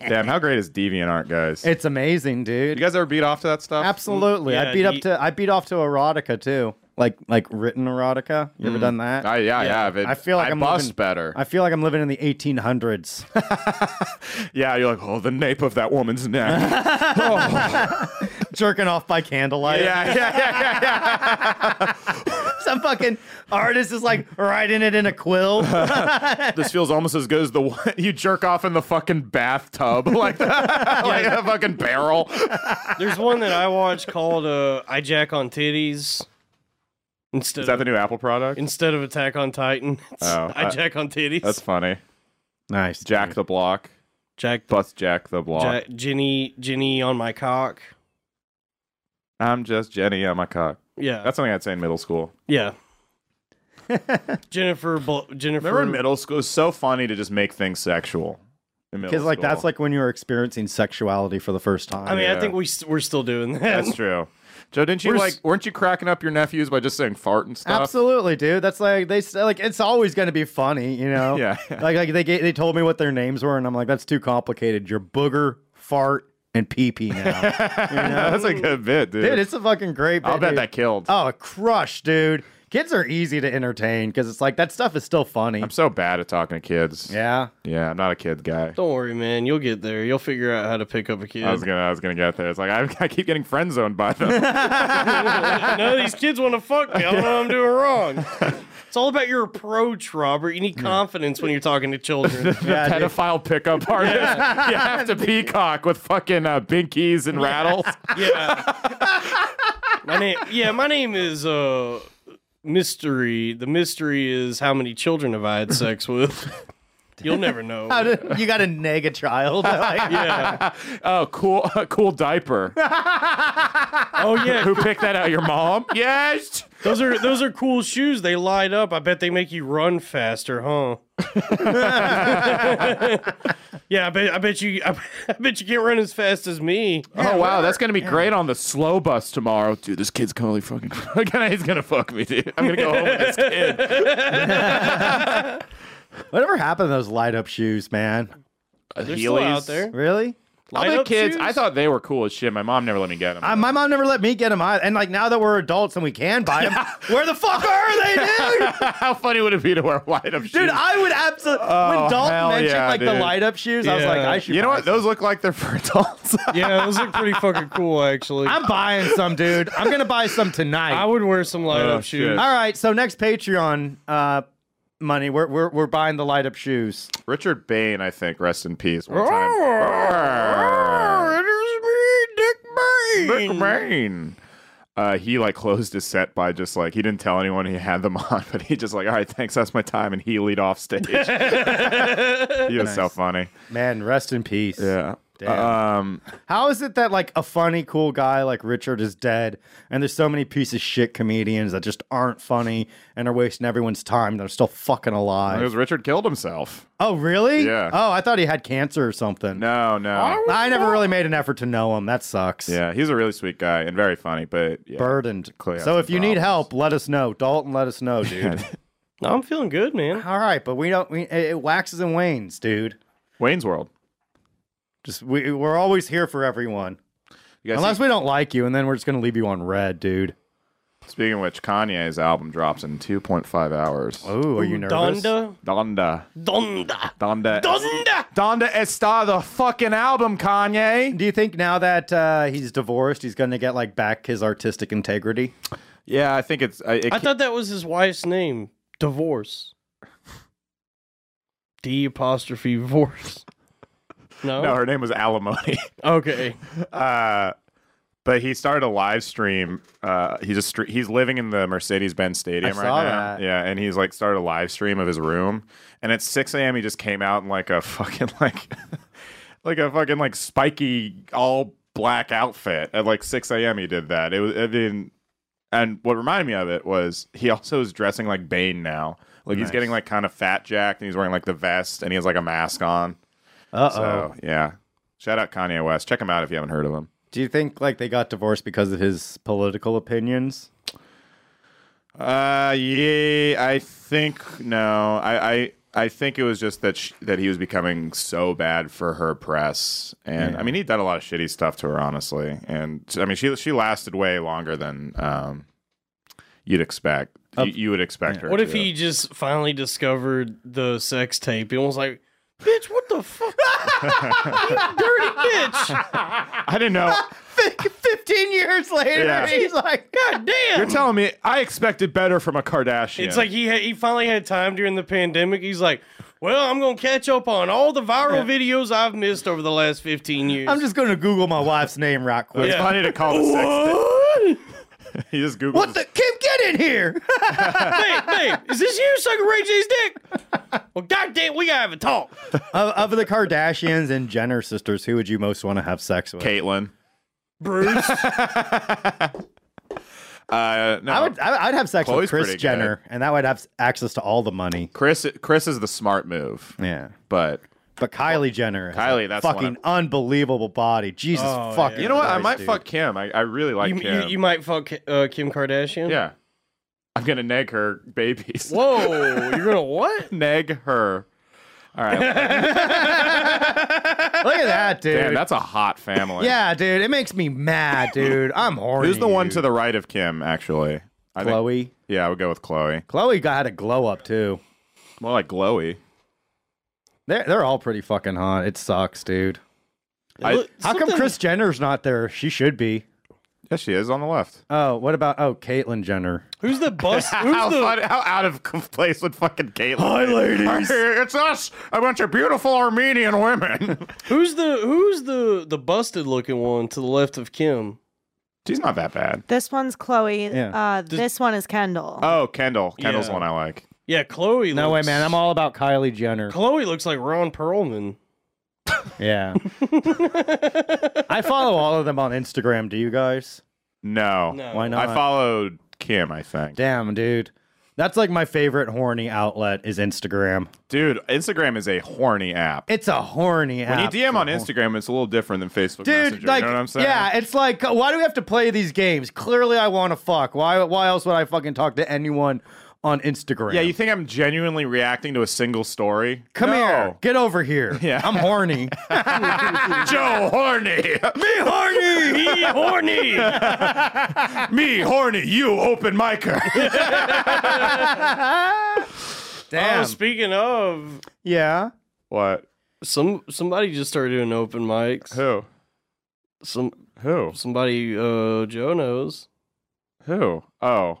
Damn, how great is DeviantArt, guys?
It's amazing, dude.
you guys ever beat off to that stuff?
Absolutely.
Yeah,
I beat
ye-
up to I beat off to erotica too. Like like written erotica. You ever done that?
Mm. I, yeah, I have. It,
I feel like
I
am
bust
living,
better.
I feel like I'm living in the 1800s.
yeah, you're like, oh, the nape of that woman's neck.
jerking off by candlelight.
yeah, yeah, yeah.
Some fucking artist is like writing it in a quill.
This feels almost as good as the one you jerk off in the fucking bathtub, like that, like a fucking barrel.
There's one that I watched called uh, "I Jack on Titties" instead
Is that
of,
the new Apple product?
instead of Attack on Titan. It's
Oh,
I
I-
Jack on Titties.
That's funny.
nice.
Jack the Block.
Jack the
Bust Jack the Block.
Jack, Jenny Jenny on my cock.
I'm just Jenny on my cock.
Yeah,
That's something I'd say in middle school.
yeah. Jennifer Bl- Jennifer.
Remember in middle school, it was so funny to just make things sexual.
Because like that's like when you were experiencing sexuality for the first time.
I mean, I
Yeah.
think we st- we're still doing that.
that's true. Joe, didn't you
We're
like?
s-
Weren't you cracking up your nephews by just saying fart and stuff?
Absolutely, dude. That's like they s- like it's always going to be funny, you know.
Yeah.
Like like they ga- they told me what their names were, and I'm like, that's too complicated. You're booger, fart, and pee pee now,
that's a good bit, dude.
dude. It's a fucking great. Bit,
I'll bet
dude.
that killed.
Oh, a crush, dude. Kids are easy to entertain because it's like that stuff is still funny.
I'm so bad at talking to kids.
yeah.
yeah. I'm not a kid guy.
Don't worry, man. You'll get there. You'll figure out how to pick up a kid.
I was gonna, I was gonna get there. It's like I, I keep getting friend zoned by them.
None of these kids want to fuck me. I don't know what I'm doing wrong. It's all about your approach, Robert. You need confidence when you're talking to children.
Yeah, dude.
Pedophile pickup artist. You have to peacock with fucking uh, binkies and rattles.
Yeah. my name. Yeah, my name is uh, mystery. The mystery is how many children have I had sex with. You'll never know.
How did- you got to neg a child. Like,
yeah.
Oh, cool, cool diaper.
Oh yeah.
Who picked that out? Your mom? Yes.
Those are those are cool shoes. They light up. I bet they make you run faster, huh? yeah, I bet I bet you I, bet you can't run as fast as me.
Oh wow, that's gonna be great on the slow bus tomorrow, dude. This kid's gonna really fucking. he's gonna fuck me, dude. I'm gonna go home with this kid.
Whatever happened to those light up shoes, man?
They're still out there.
Really?
All
Light
the
up
kids.
shoes?
I thought they were cool as shit. My mom never let me get them.
Uh, my mom never let me get them. I, and like now that we're adults and we can buy them, where the fuck are they, dude?
How funny would it be to wear light up shoes?
Dude, I would absolutely.
Oh,
when Dalton
hell
mentioned
yeah,
like the
dude.
light up shoes, I was like,
Yeah.
I should.
you know
buy
what? Those look like they're for adults.
Yeah, those look pretty fucking cool actually.
some. I'm buying some, dude. I'm gonna buy some tonight.
I would wear some light
Oh,
up shoes.
shit.
All right, so next Patreon uh, money, we're we're we're buying the light up shoes.
Richard Bain, I think, rest in peace. One time.
It is me,
Dick Bain. Uh, he like closed his set by just like he didn't tell anyone he had them on, but he just like, all right, thanks, that's my time, and he lead off stage. he was so funny.
Man, rest in peace.
Yeah. Um,
How is it that like a funny, cool guy like Richard is dead, and there's so many piece of shit comedians that just aren't funny and are wasting everyone's time that are still fucking alive?
because Richard killed himself.
Oh, really?
Yeah.
Oh, I thought he had cancer or something.
No, no.
I never really made an effort to know him. That sucks.
Yeah, he's a really sweet guy and very funny, but yeah.
Burdened.
Clearly has
so
some
if you need
problems.
help, let us know, Dalton. Let us know, dude.
No, I'm feeling good, man.
All right, but we don't. We, it it waxes and wanes, dude.
Wayne's World.
Just we, we're always here for everyone.
You guys
Unless
see-
we don't like you, and then we're just gonna leave you on red, dude.
speaking of which, Kanye's album drops in 2.5 hours.
Oh, are you nervous?
Donda,
Donda.
Donda,
Donda.
Donda.
Donda está the fucking album, Kanye.
Do you think now that uh, he's divorced, he's gonna get like back his artistic integrity?
Yeah, I think it's. I, it
I thought that was his wife's name. Divorce. D apostrophe divorce. No.
no, her name was Alimony.
Okay.
Uh, but he started a live stream. Uh, he just stre- he's living in the Mercedes Benz Stadium
I
right
saw
now.
that.
Yeah, and he's like started a live stream of his room. And at six a.m., he just came out in like a fucking like like a fucking like spiky all black outfit. At like six a.m., he did that. It was I mean, and what reminded me of it was he also is dressing like Bane now. Like he's getting like kind of fat jacked, and he's wearing like the vest, and he has like a mask on.
Uh oh.
So yeah, shout out Kanye West. Check him out if you haven't heard of him.
Do you think like they got divorced because of his political opinions?
Uh, yeah, I think no. I, I, I think it was just that sh that he was becoming so bad for her press, and I mean, he did a lot of shitty stuff to her, honestly. And I mean, she she lasted way longer than um you'd expect. You, you would expect her.
What if
to.
he just finally discovered the sex tape and was like, "Bitch, what the fuck? you dirty bitch!
I didn't know.
Fifteen years later,
Yeah.
he's like,
God damn!"
You're telling me I expected better from a Kardashian.
It's like he had, he finally had time during the pandemic. He's like, "Well, I'm gonna catch up on all the viral videos I've missed over the last 15 years."
I'm just gonna Google my wife's name right quick.
it's
Yeah.
funny to call it sex.
What?
tape. He just googles.
What the Kim? Get in here!
babe, babe, is this you sucking Ray J's dick? Well, goddamn, we gotta have a talk.
of, of the Kardashians and Jenner sisters, who would you most want to have sex with?
Caitlyn?
Bruce,
Uh, no.
I would. I, I'd have sex
Khloe's
with Chris
pretty
Jenner, and that would have s- access to all the money.
Chris Chris is the smart move,
Yeah,
but
but Kylie Jenner, has a
Kylie, that's one
fucking
of-
unbelievable body. Jesus
Oh,
fucking.
yeah.
You know what? I
Christ,
might
dude.
fuck Kim. I, I really like
you,
Kim.
you, you might fuck uh, Kim Kardashian.
yeah. I'm gonna neg her babies.
Whoa, you're gonna what?
Neg her. All right.
Look at that, dude.
Damn, that's a hot family.
yeah, dude. It makes me mad, dude. I'm horny.
Who's the one to
dude.
the right of Kim? Actually, I think-
Chloe?
yeah, I would go with Chloe.
Chloe got had a glow up too.
More like Glowy.
They're they're all pretty fucking hot. It sucks, dude.
I-
Look,
How come
something-
Chris Jenner's not there? She should be.
Yeah, she is on the left.
Oh, what about oh Caitlyn Jenner?
Who's the bus?
how,
Who's
fun-
the?
how out of place would fucking Caitlyn?
Hi,
be?
ladies.
Hey, it's us, a bunch of beautiful Armenian women.
Who's the? Who's the? The busted looking one to the left of Kim.
She's not that bad.
This one's Chloe.
Yeah.
Uh, this one is Kendall.
Oh, Kendall. Kendall's
Yeah.
one I like.
Yeah, Chloe.
No way,
looks,
man. I'm all about Kylie Jenner.
Chloe looks like Ron Perlman.
Yeah. I follow all of them on Instagram. Do you guys?
No,
No.
Why
I
not?
followed Kim. I think.
Damn, dude. That's like my favorite horny outlet is Instagram.
Dude, Instagram is a horny app.
It's a horny
When you
app.
DM on Instagram, it's a little different than Facebook
Dude,
Messenger.
like,
you know what I'm saying?
yeah, it's like, uh, why do we have to play these games? Clearly, I want to fuck. Why? Why else would I fucking talk to anyone on Instagram?
Yeah, you think I'm genuinely reacting to a single story?
come
No.
here, get over here.
Yeah.
I'm horny.
Joe horny.
Be horny. Be horny.
Me horny. You open micer.
Oh,
Damn.
speaking of,
yeah.
what?
some somebody just started doing open mics.
Who?
Some
Who?
somebody uh Joe knows.
Who? Oh.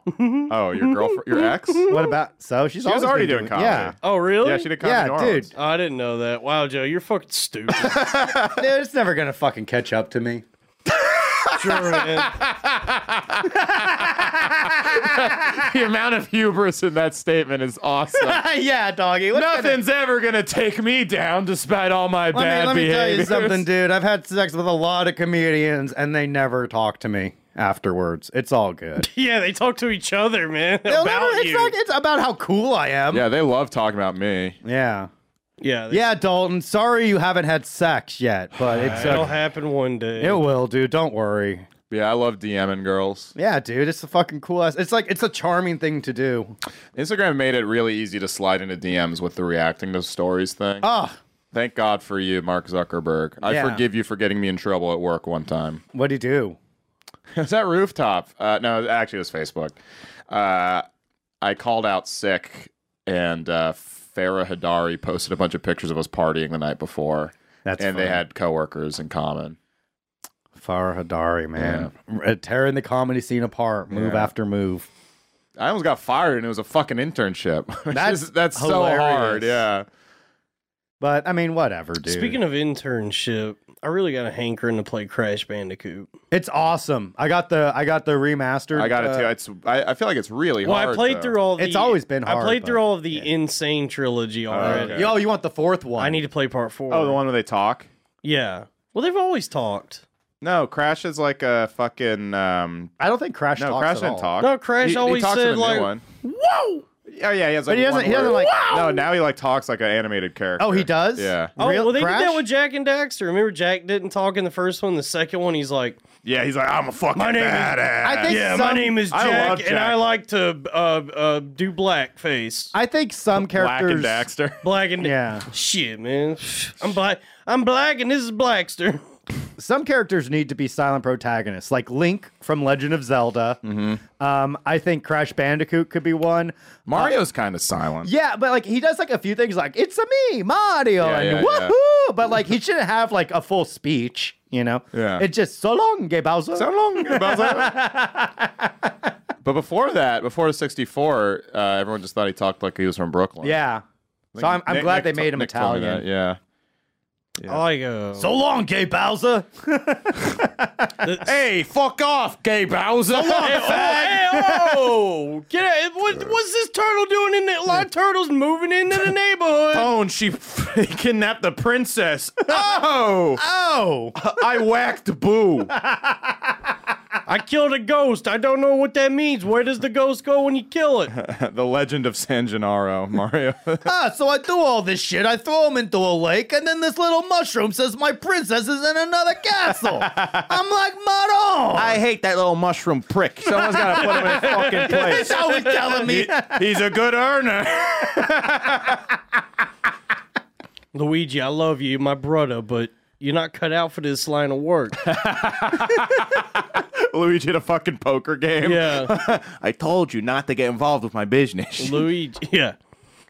Oh, your girlfriend, your ex? She
What about? So she's
was
always
already
been
doing comedy.
Yeah.
Oh really?
Yeah, she did comedy.
Yeah,
in New Orleans.
dude.
Oh, I didn't know that. Wow, Joe, you're fucking stupid.
Dude, it's never gonna fucking catch up to me.
sure, man.
the amount of hubris in that statement is awesome.
yeah, doggy. What kind of-
Nothing's ever gonna take me down, despite all my
Let me,
bad
let me tell you
behaviors.
something, dude. I've had sex with a lot of comedians, and they never talk to me afterwards. It's all good.
yeah, they talk to each other, man.
They'll
About
never- it's,
you.
Like, it's about how cool I am.
Yeah, they love talking about me.
Yeah.
yeah, they-
Yeah, Dalton. Sorry you haven't had sex yet, but it's
That'll
uh,
happen one day.
it will, dude. Don't worry.
Yeah, I love DMing girls.
Yeah, dude. It's the fucking coolest. It's like it's a charming thing to do.
Instagram made it really easy to slide into DMs with the reacting to stories thing.
Ah,
Thank God for you, Mark Zuckerberg. I
Yeah.
forgive you for getting me in trouble at work one time.
what do you do?
Is that rooftop? Uh, no, actually, it was Facebook. Uh, I called out sick, and uh, Farah Hadari posted a bunch of pictures of us partying the night before.
That's
and they
funny.
had coworkers in common.
Farah Hadari, man, R- uh, tearing the comedy scene apart, move after move.
I almost got fired, and it was a fucking internship. Which
That's
is- that's so
hilarious.
hard. Yeah.
But I mean, whatever, dude.
Speaking of internship, I really got a hankering to play Crash Bandicoot.
it's awesome. I got the I got the remastered.
I got
uh,
it too. It's I, I feel like it's really
Well,
hard.
I played
though.
through all. The,
It's always been
I
hard,
played
but-
through all of the insane trilogy already.
Yo, you want the fourth one?
I need to play part four.
Oh, the one where they talk.
Yeah. Well, they've always talked.
No, Crash is like a fucking. Um,
I don't think Crash.
no,
talks
Crash
at
didn't
all.
talk.
No, Crash
He- he
always
talks in
said,
the new
like,
one. "Whoa." Oh yeah, he has like.
he doesn't-
one
he doesn't,
word.
like-
No, now he like talks like an animated character.
Oh, he does.
Yeah.
Oh,
Real-
well, they
Crash?
did that with Jack and Daxter. Remember, Jack didn't talk in the first one. The second one, he's like,
Yeah, he's like, I'm a fucking
My name is-
badass.
I think
"Yeah, my
some-
name is
I
Jack,
love
and
Jack.
I like to uh, uh, do blackface,
I think some
Black
characters.
and Daxter.
black and
Yeah.
Shit, man, I'm black. I'm black, and this is Blackster.
some characters need to be silent protagonists, like Link from Legend of Zelda.
Mm-hmm.
Um, I think Crash Bandicoot could be one.
Mario's kind of silent.
Yeah, but like he does like a few things, like "It's a me, Mario,"
Yeah,
and
yeah, yeah.
"Woohoo!" But like he shouldn't have like a full speech, you know?
Yeah.
It's just "So long, gay Bowser."
So long, Bowser. but before that, before the 64, uh, everyone just thought he talked like he was from Brooklyn.
yeah. So I'm, I'm
Nick-
glad
Nick
they
t-
made him
Nick told me
Italian.
that, Yeah.
I like uh,
So long, gay Bowser.
Hey, fuck off, gay Bowser.
Hey, oh, get out. What, what's this turtle doing in there? A lot of turtles moving into the neighborhood.
phone. She kidnapped the princess. Oh,
Oh,
I whacked Boo.
I killed a ghost. I don't know what that means. Where does the ghost go when you kill it?
the legend of San Gennaro, Mario.
ah, so I do all this shit. I throw him into a lake, and then this little mushroom says my princess is in another castle. I'm like, Maron.
I hate that little mushroom prick. Someone's got to put him in fucking place.
It's always telling me.
He's a good earner.
Luigi, I love you, my brother, but you're not cut out for this line of work.
Luigi at a fucking poker game.
Yeah.
I told you not to get involved with my business.
Luigi, yeah.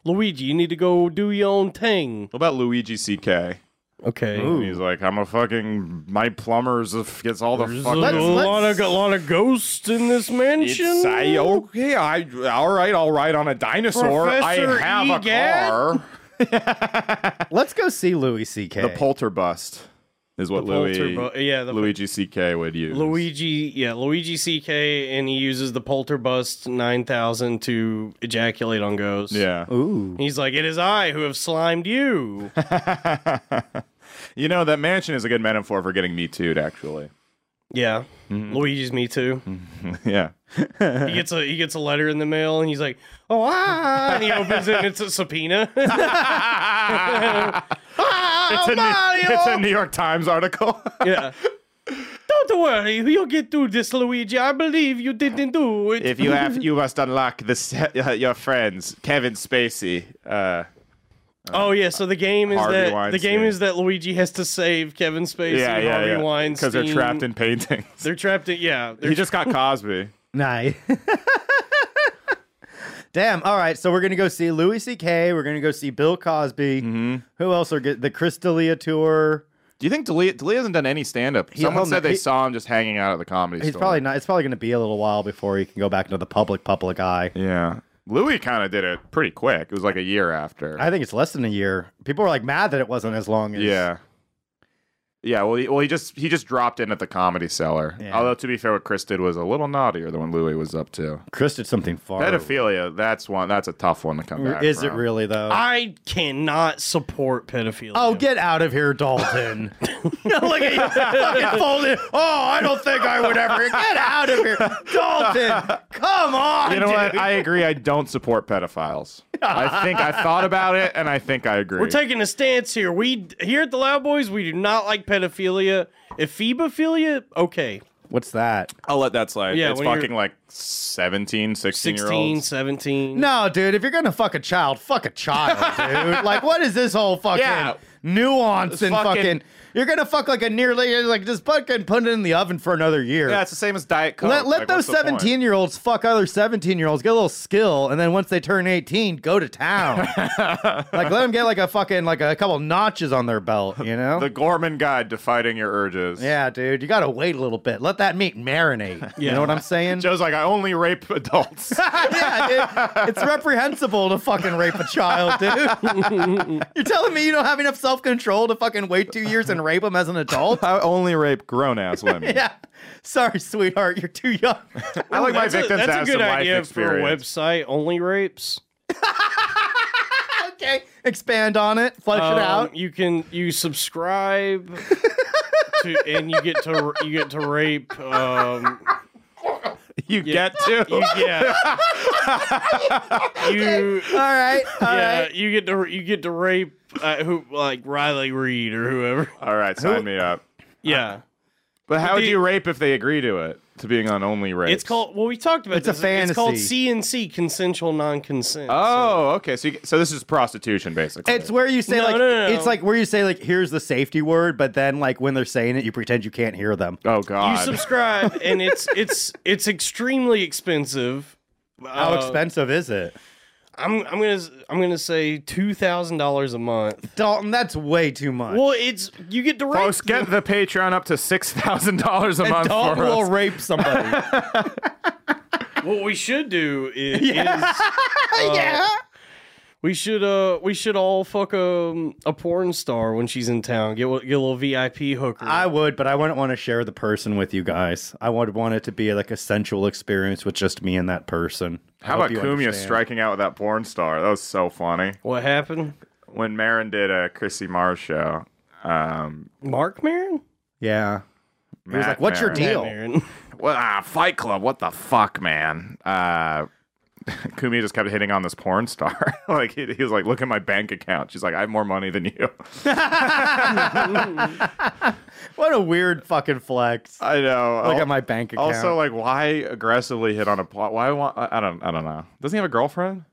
Luigi, you need to go do your own thing.
What about Luigi CK?
Okay.
And he's like, I'm a fucking my plumber's if gets all the
There's
fuck.
a lot, of, a lot of ghosts in this mansion.
It's- I, okay, I all right, all right. On a dinosaur,
Professor
I have a
Egad?
car.
Let's go see Louis C.K.
The polterbust is what Louis,
Polterbu- yeah, the
Luigi CK would use.
Luigi, yeah, Luigi CK, and he uses the Polterbust 9000 to ejaculate on ghosts.
Yeah.
He's like, it is I who have slimed you.
You know, that mansion is a good metaphor for getting me too'd, actually.
yeah.
Mm-hmm.
Luigi's me too.
Yeah.
He gets a he gets a letter in the mail and he's like, oh ah, and he opens it and it's a subpoena. Oh,
It's a, New, it's a New York Times article.
yeah. Don't worry, you'll get through this, Luigi. I believe you didn't do it.
if you have, you must unlock this, uh, your friends, Kevin Spacey. Uh,
oh yeah, so the game is
Harvey
that the
Weinstein.
game is that Luigi has to save Kevin Spacey,
yeah,
and
yeah,
Harvey
yeah.
Weinstein,
Because they're trapped in paintings.
they're trapped in yeah. They're
he just got Cosby.
Nice. Damn. All right. So we're gonna go see Louis C.K. We're gonna go see Bill Cosby.
Mm-hmm.
Who else are good? The Crystalia tour.
Do you think Delia, Delia hasn't done any stand up? Someone
held
said
it.
they
He-
saw him just hanging out at the comedy
He's
store.
probably not. It's probably gonna be a little while before he can go back into the public public eye.
Yeah. Louis kind of did it pretty quick. It was like a year after.
I think it's less than a year. People were like mad that it wasn't as long as
yeah. Yeah, well, he, well, he just he just dropped in at the comedy cellar.
Yeah.
Although to be fair, what Chris did was a little naughtier than what Louis was up to.
Chris did something
Oh.
far.
Pedophilia, that's one. That's a tough one to come back.
Is it
from.
really though?
I cannot support pedophilia.
Oh, get out of here, Dalton. Look at you fucking folded. Oh, I don't think I would ever. Get out of here. Dalton, come on.
You know what?
dude.
I agree. I don't support pedophiles. I think I thought about it, and I think I agree.
We're taking a stance here. We here at the Loud Boys, we do not like pedophilia. Ephebophilia, okay.
What's that?
I'll let that slide.
Yeah,
it's
when you're-
fucking like 17, 16, year
16,
olds.
17.
No, dude, if you're going to fuck a child, fuck a child, dude. like, what is this whole fucking
Yeah.
nuance and
fucking-
fucking, You're going to fuck like a nearly. Like, just fucking put it in the oven for another year.
Yeah, it's the same as diet coke.
Let, let
Like,
those
Oh, what's the point?
17 year olds fuck other 17 year olds, get a little skill, and then once they turn 18, go to town. like, let them get like a fucking, like a couple notches on their belt, you know?
The Gorman Guide to Fighting Your Urges.
yeah, dude, you gotta wait a little bit. Let that meat marinate. You know what I'm saying?
Joe's like, I only rape adults.
yeah, dude, it's reprehensible to fucking rape a child, dude. You're telling me you don't have enough self control to fucking wait two years and rape them as an adult?
I only rape grown ass women.
Yeah. Sorry, sweetheart, you're too young.
I like my
That's a-
victims to
that's
have
a good
some
idea
life
for a
experience.
website. Only rapes.
okay, expand on it, flesh
Um,
it out.
You can you subscribe to, and you get to you get to rape. Um,
you get to.
you, yeah, you
All right. All
yeah
right.
you get to you get to rape uh, who like Riley Reed or whoever.
All right, sign me up.
Yeah,
But how would
the-
you rape if they agree to it? To being on only rape.
it's called. Well, we talked about
It's a
this. It's called
fantasy.
CNC, consensual non-consent.
Oh, okay. So, you, so this is prostitution, basically.
It's where you say
No,
like
no, no, no.
it's like where you say like here's the safety word, but then like when they're saying it, you pretend you can't hear them.
oh
you
god.
subscribe, and it's it's it's extremely expensive.
How
Uh,
expensive is it,
I'm I'm gonna I'm gonna say two thousand dollars a month.
Dalton? That's way too much.
Well, it's you get to rape.
Folks, get the Patreon up to six thousand dollars a month
Dalton
for
will
us.
rape somebody.
What we should do i- is, uh, we should uh we should all fuck um a porn star when she's in town. Get one- get a little VIP hooker.
I would, but I wouldn't want to share the person with you guys. I would want it to be like a sensual experience with just me and that person. I
How
hope
about
you
Kumia
understand.
striking out with that porn star? That was so funny.
what happened?
When Marin did a Chrissy Mars show, um,
Mark Maron?
Yeah. He was
Matt
like, "What's your
Maron-
deal?"
Matt Maron.
Well, ah, Fight Club. What the fuck, man? Uh, Kumi just kept hitting on this porn star. like he, he was like, "Look at my bank account." She's like, "I have more money than you."
What a weird fucking flex.
I know.
Look at my bank account.
Also, like, why aggressively hit on a plot? Why? Want, I I don't. I don't know. Doesn't he have a girlfriend?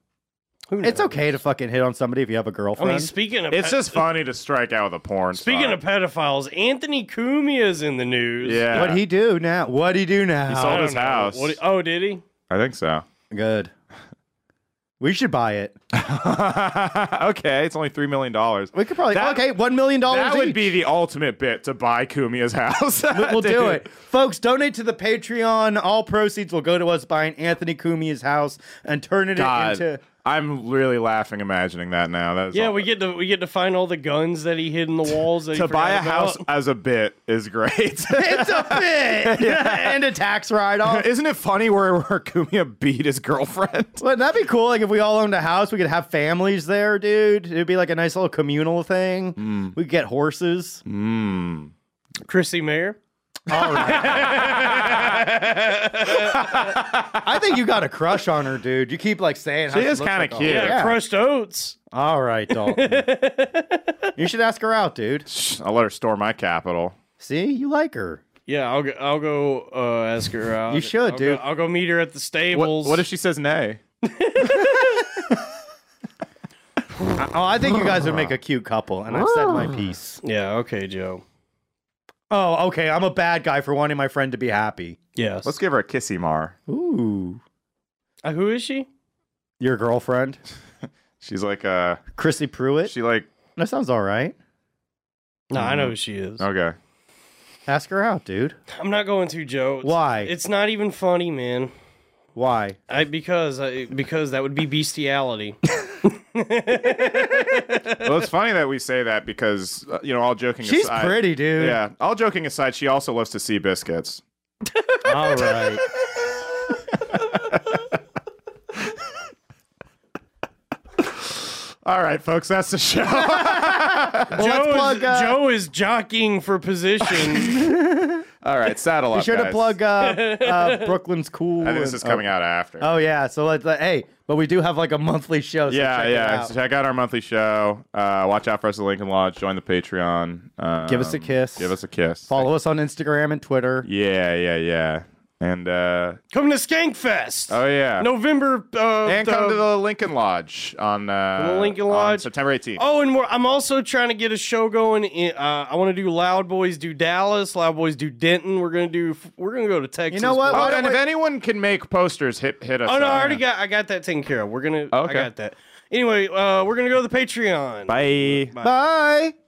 Who knows?
it's okay to fucking hit on somebody if you have a
I
girlfriend.
mean, speaking of
It's
pe-
Uh,
just funny to strike out with a porn.
speaking
star.
of pedophiles, Anthony Cumia's in the news.
yeah,
What'd he do now? What'd he do now?
I
sold
don't
his
know.
house.
What, oh, did he?
I think so.
Good. We should buy it.
okay, it's only three million dollars.
We could probably
That-
okay. One million dollars.
That would
each.
be the ultimate bit to buy Kumia's house.
We'll do
Dude.
it, folks. Donate to the Patreon. All proceeds will go to us buying Anthony Cumia's house and turning it into.
God, I'm really laughing imagining that now. That is
Yeah,
all-
we get to we get to find all the guns that he hid in the walls. That he
to buy a
forgot about.
house as a bit is great.
It's a bit and a tax write off.
Isn't it funny where, where Kumia beat his girlfriend?
Wouldn't that be cool? Like if we all owned a house, we could have families there, dude. It'd be like a nice little communal thing.
Mm.
We could get horses.
Chrissy Mayer.
I think you got a crush on her, dude. You keep like saying
She is kind of cute.
Yeah,
Yeah.
crushed oats.
All right, Dalton. you should ask her out, dude.
I'll let her store my capital.
See, you like her.
Yeah, I'll go. I'll go uh, ask her out.
You should,
I'll
dude.
Go, I'll go meet her at the
What,
stables.
what if she says nay?
Oh, I think you guys would make a cute couple, and I've said my
Ah.
piece.
Yeah. Okay, Joe.
Oh, okay. I'm a bad guy for wanting my friend to be happy.
Yes.
Let's give her a kissy mar.
Ooh.
Uh, who is she?
Your girlfriend,
She's like uh
Chrissy Pruitt.
she like
that sounds all right.
No, I know who she is.
Mm-hmm. okay.
Ask her out, dude.
I'm not going to Joe. It's-
Why?
It's not even funny, man.
Why?
I because I, because that would be bestiality.
well, it's funny that we say that because uh, you know, all joking.
She's
aside,
pretty, dude.
Yeah, all joking aside, she also loves to see biscuits.
All right.
All right, folks, that's the show.
let's
Joe,
plug,
is,
uh,
Joe is jockeying for position.
all right, saddle up.
Be sure to
guys.
plug uh, uh, Brooklyn's cool.
I think this
and-
is coming out after.
Oh yeah, so let's uh, hey, but we do have like a monthly show. So
yeah,
check it
yeah.
out.
So check out our monthly show. Uh, watch out for us at Lincoln Lodge. Join the Patreon. Um,
Give us a kiss.
Give us a kiss.
Follow us on Instagram and Twitter.
Yeah, yeah, yeah. And uh,
Come to Skankfest.
oh yeah.
November. Uh,
And
the-
come to the Lincoln Lodge on uh,
The Lincoln
on
Lodge.
September 18th.
Oh, and we're, I'm also trying to get a show going. In, uh, I want to do Loud Boys do Dallas, Loud Boys do Denton. We're gonna do. We're gonna go to Texas.
know what?
but-
Oh,
Why don't
and if
we-
anyone can make posters, hit hit us.
Oh no,
up.
I already got. I got that taken care of. We're gonna.
Okay.
I got that. Anyway, uh, we're gonna go to the Patreon.
Bye.
Bye.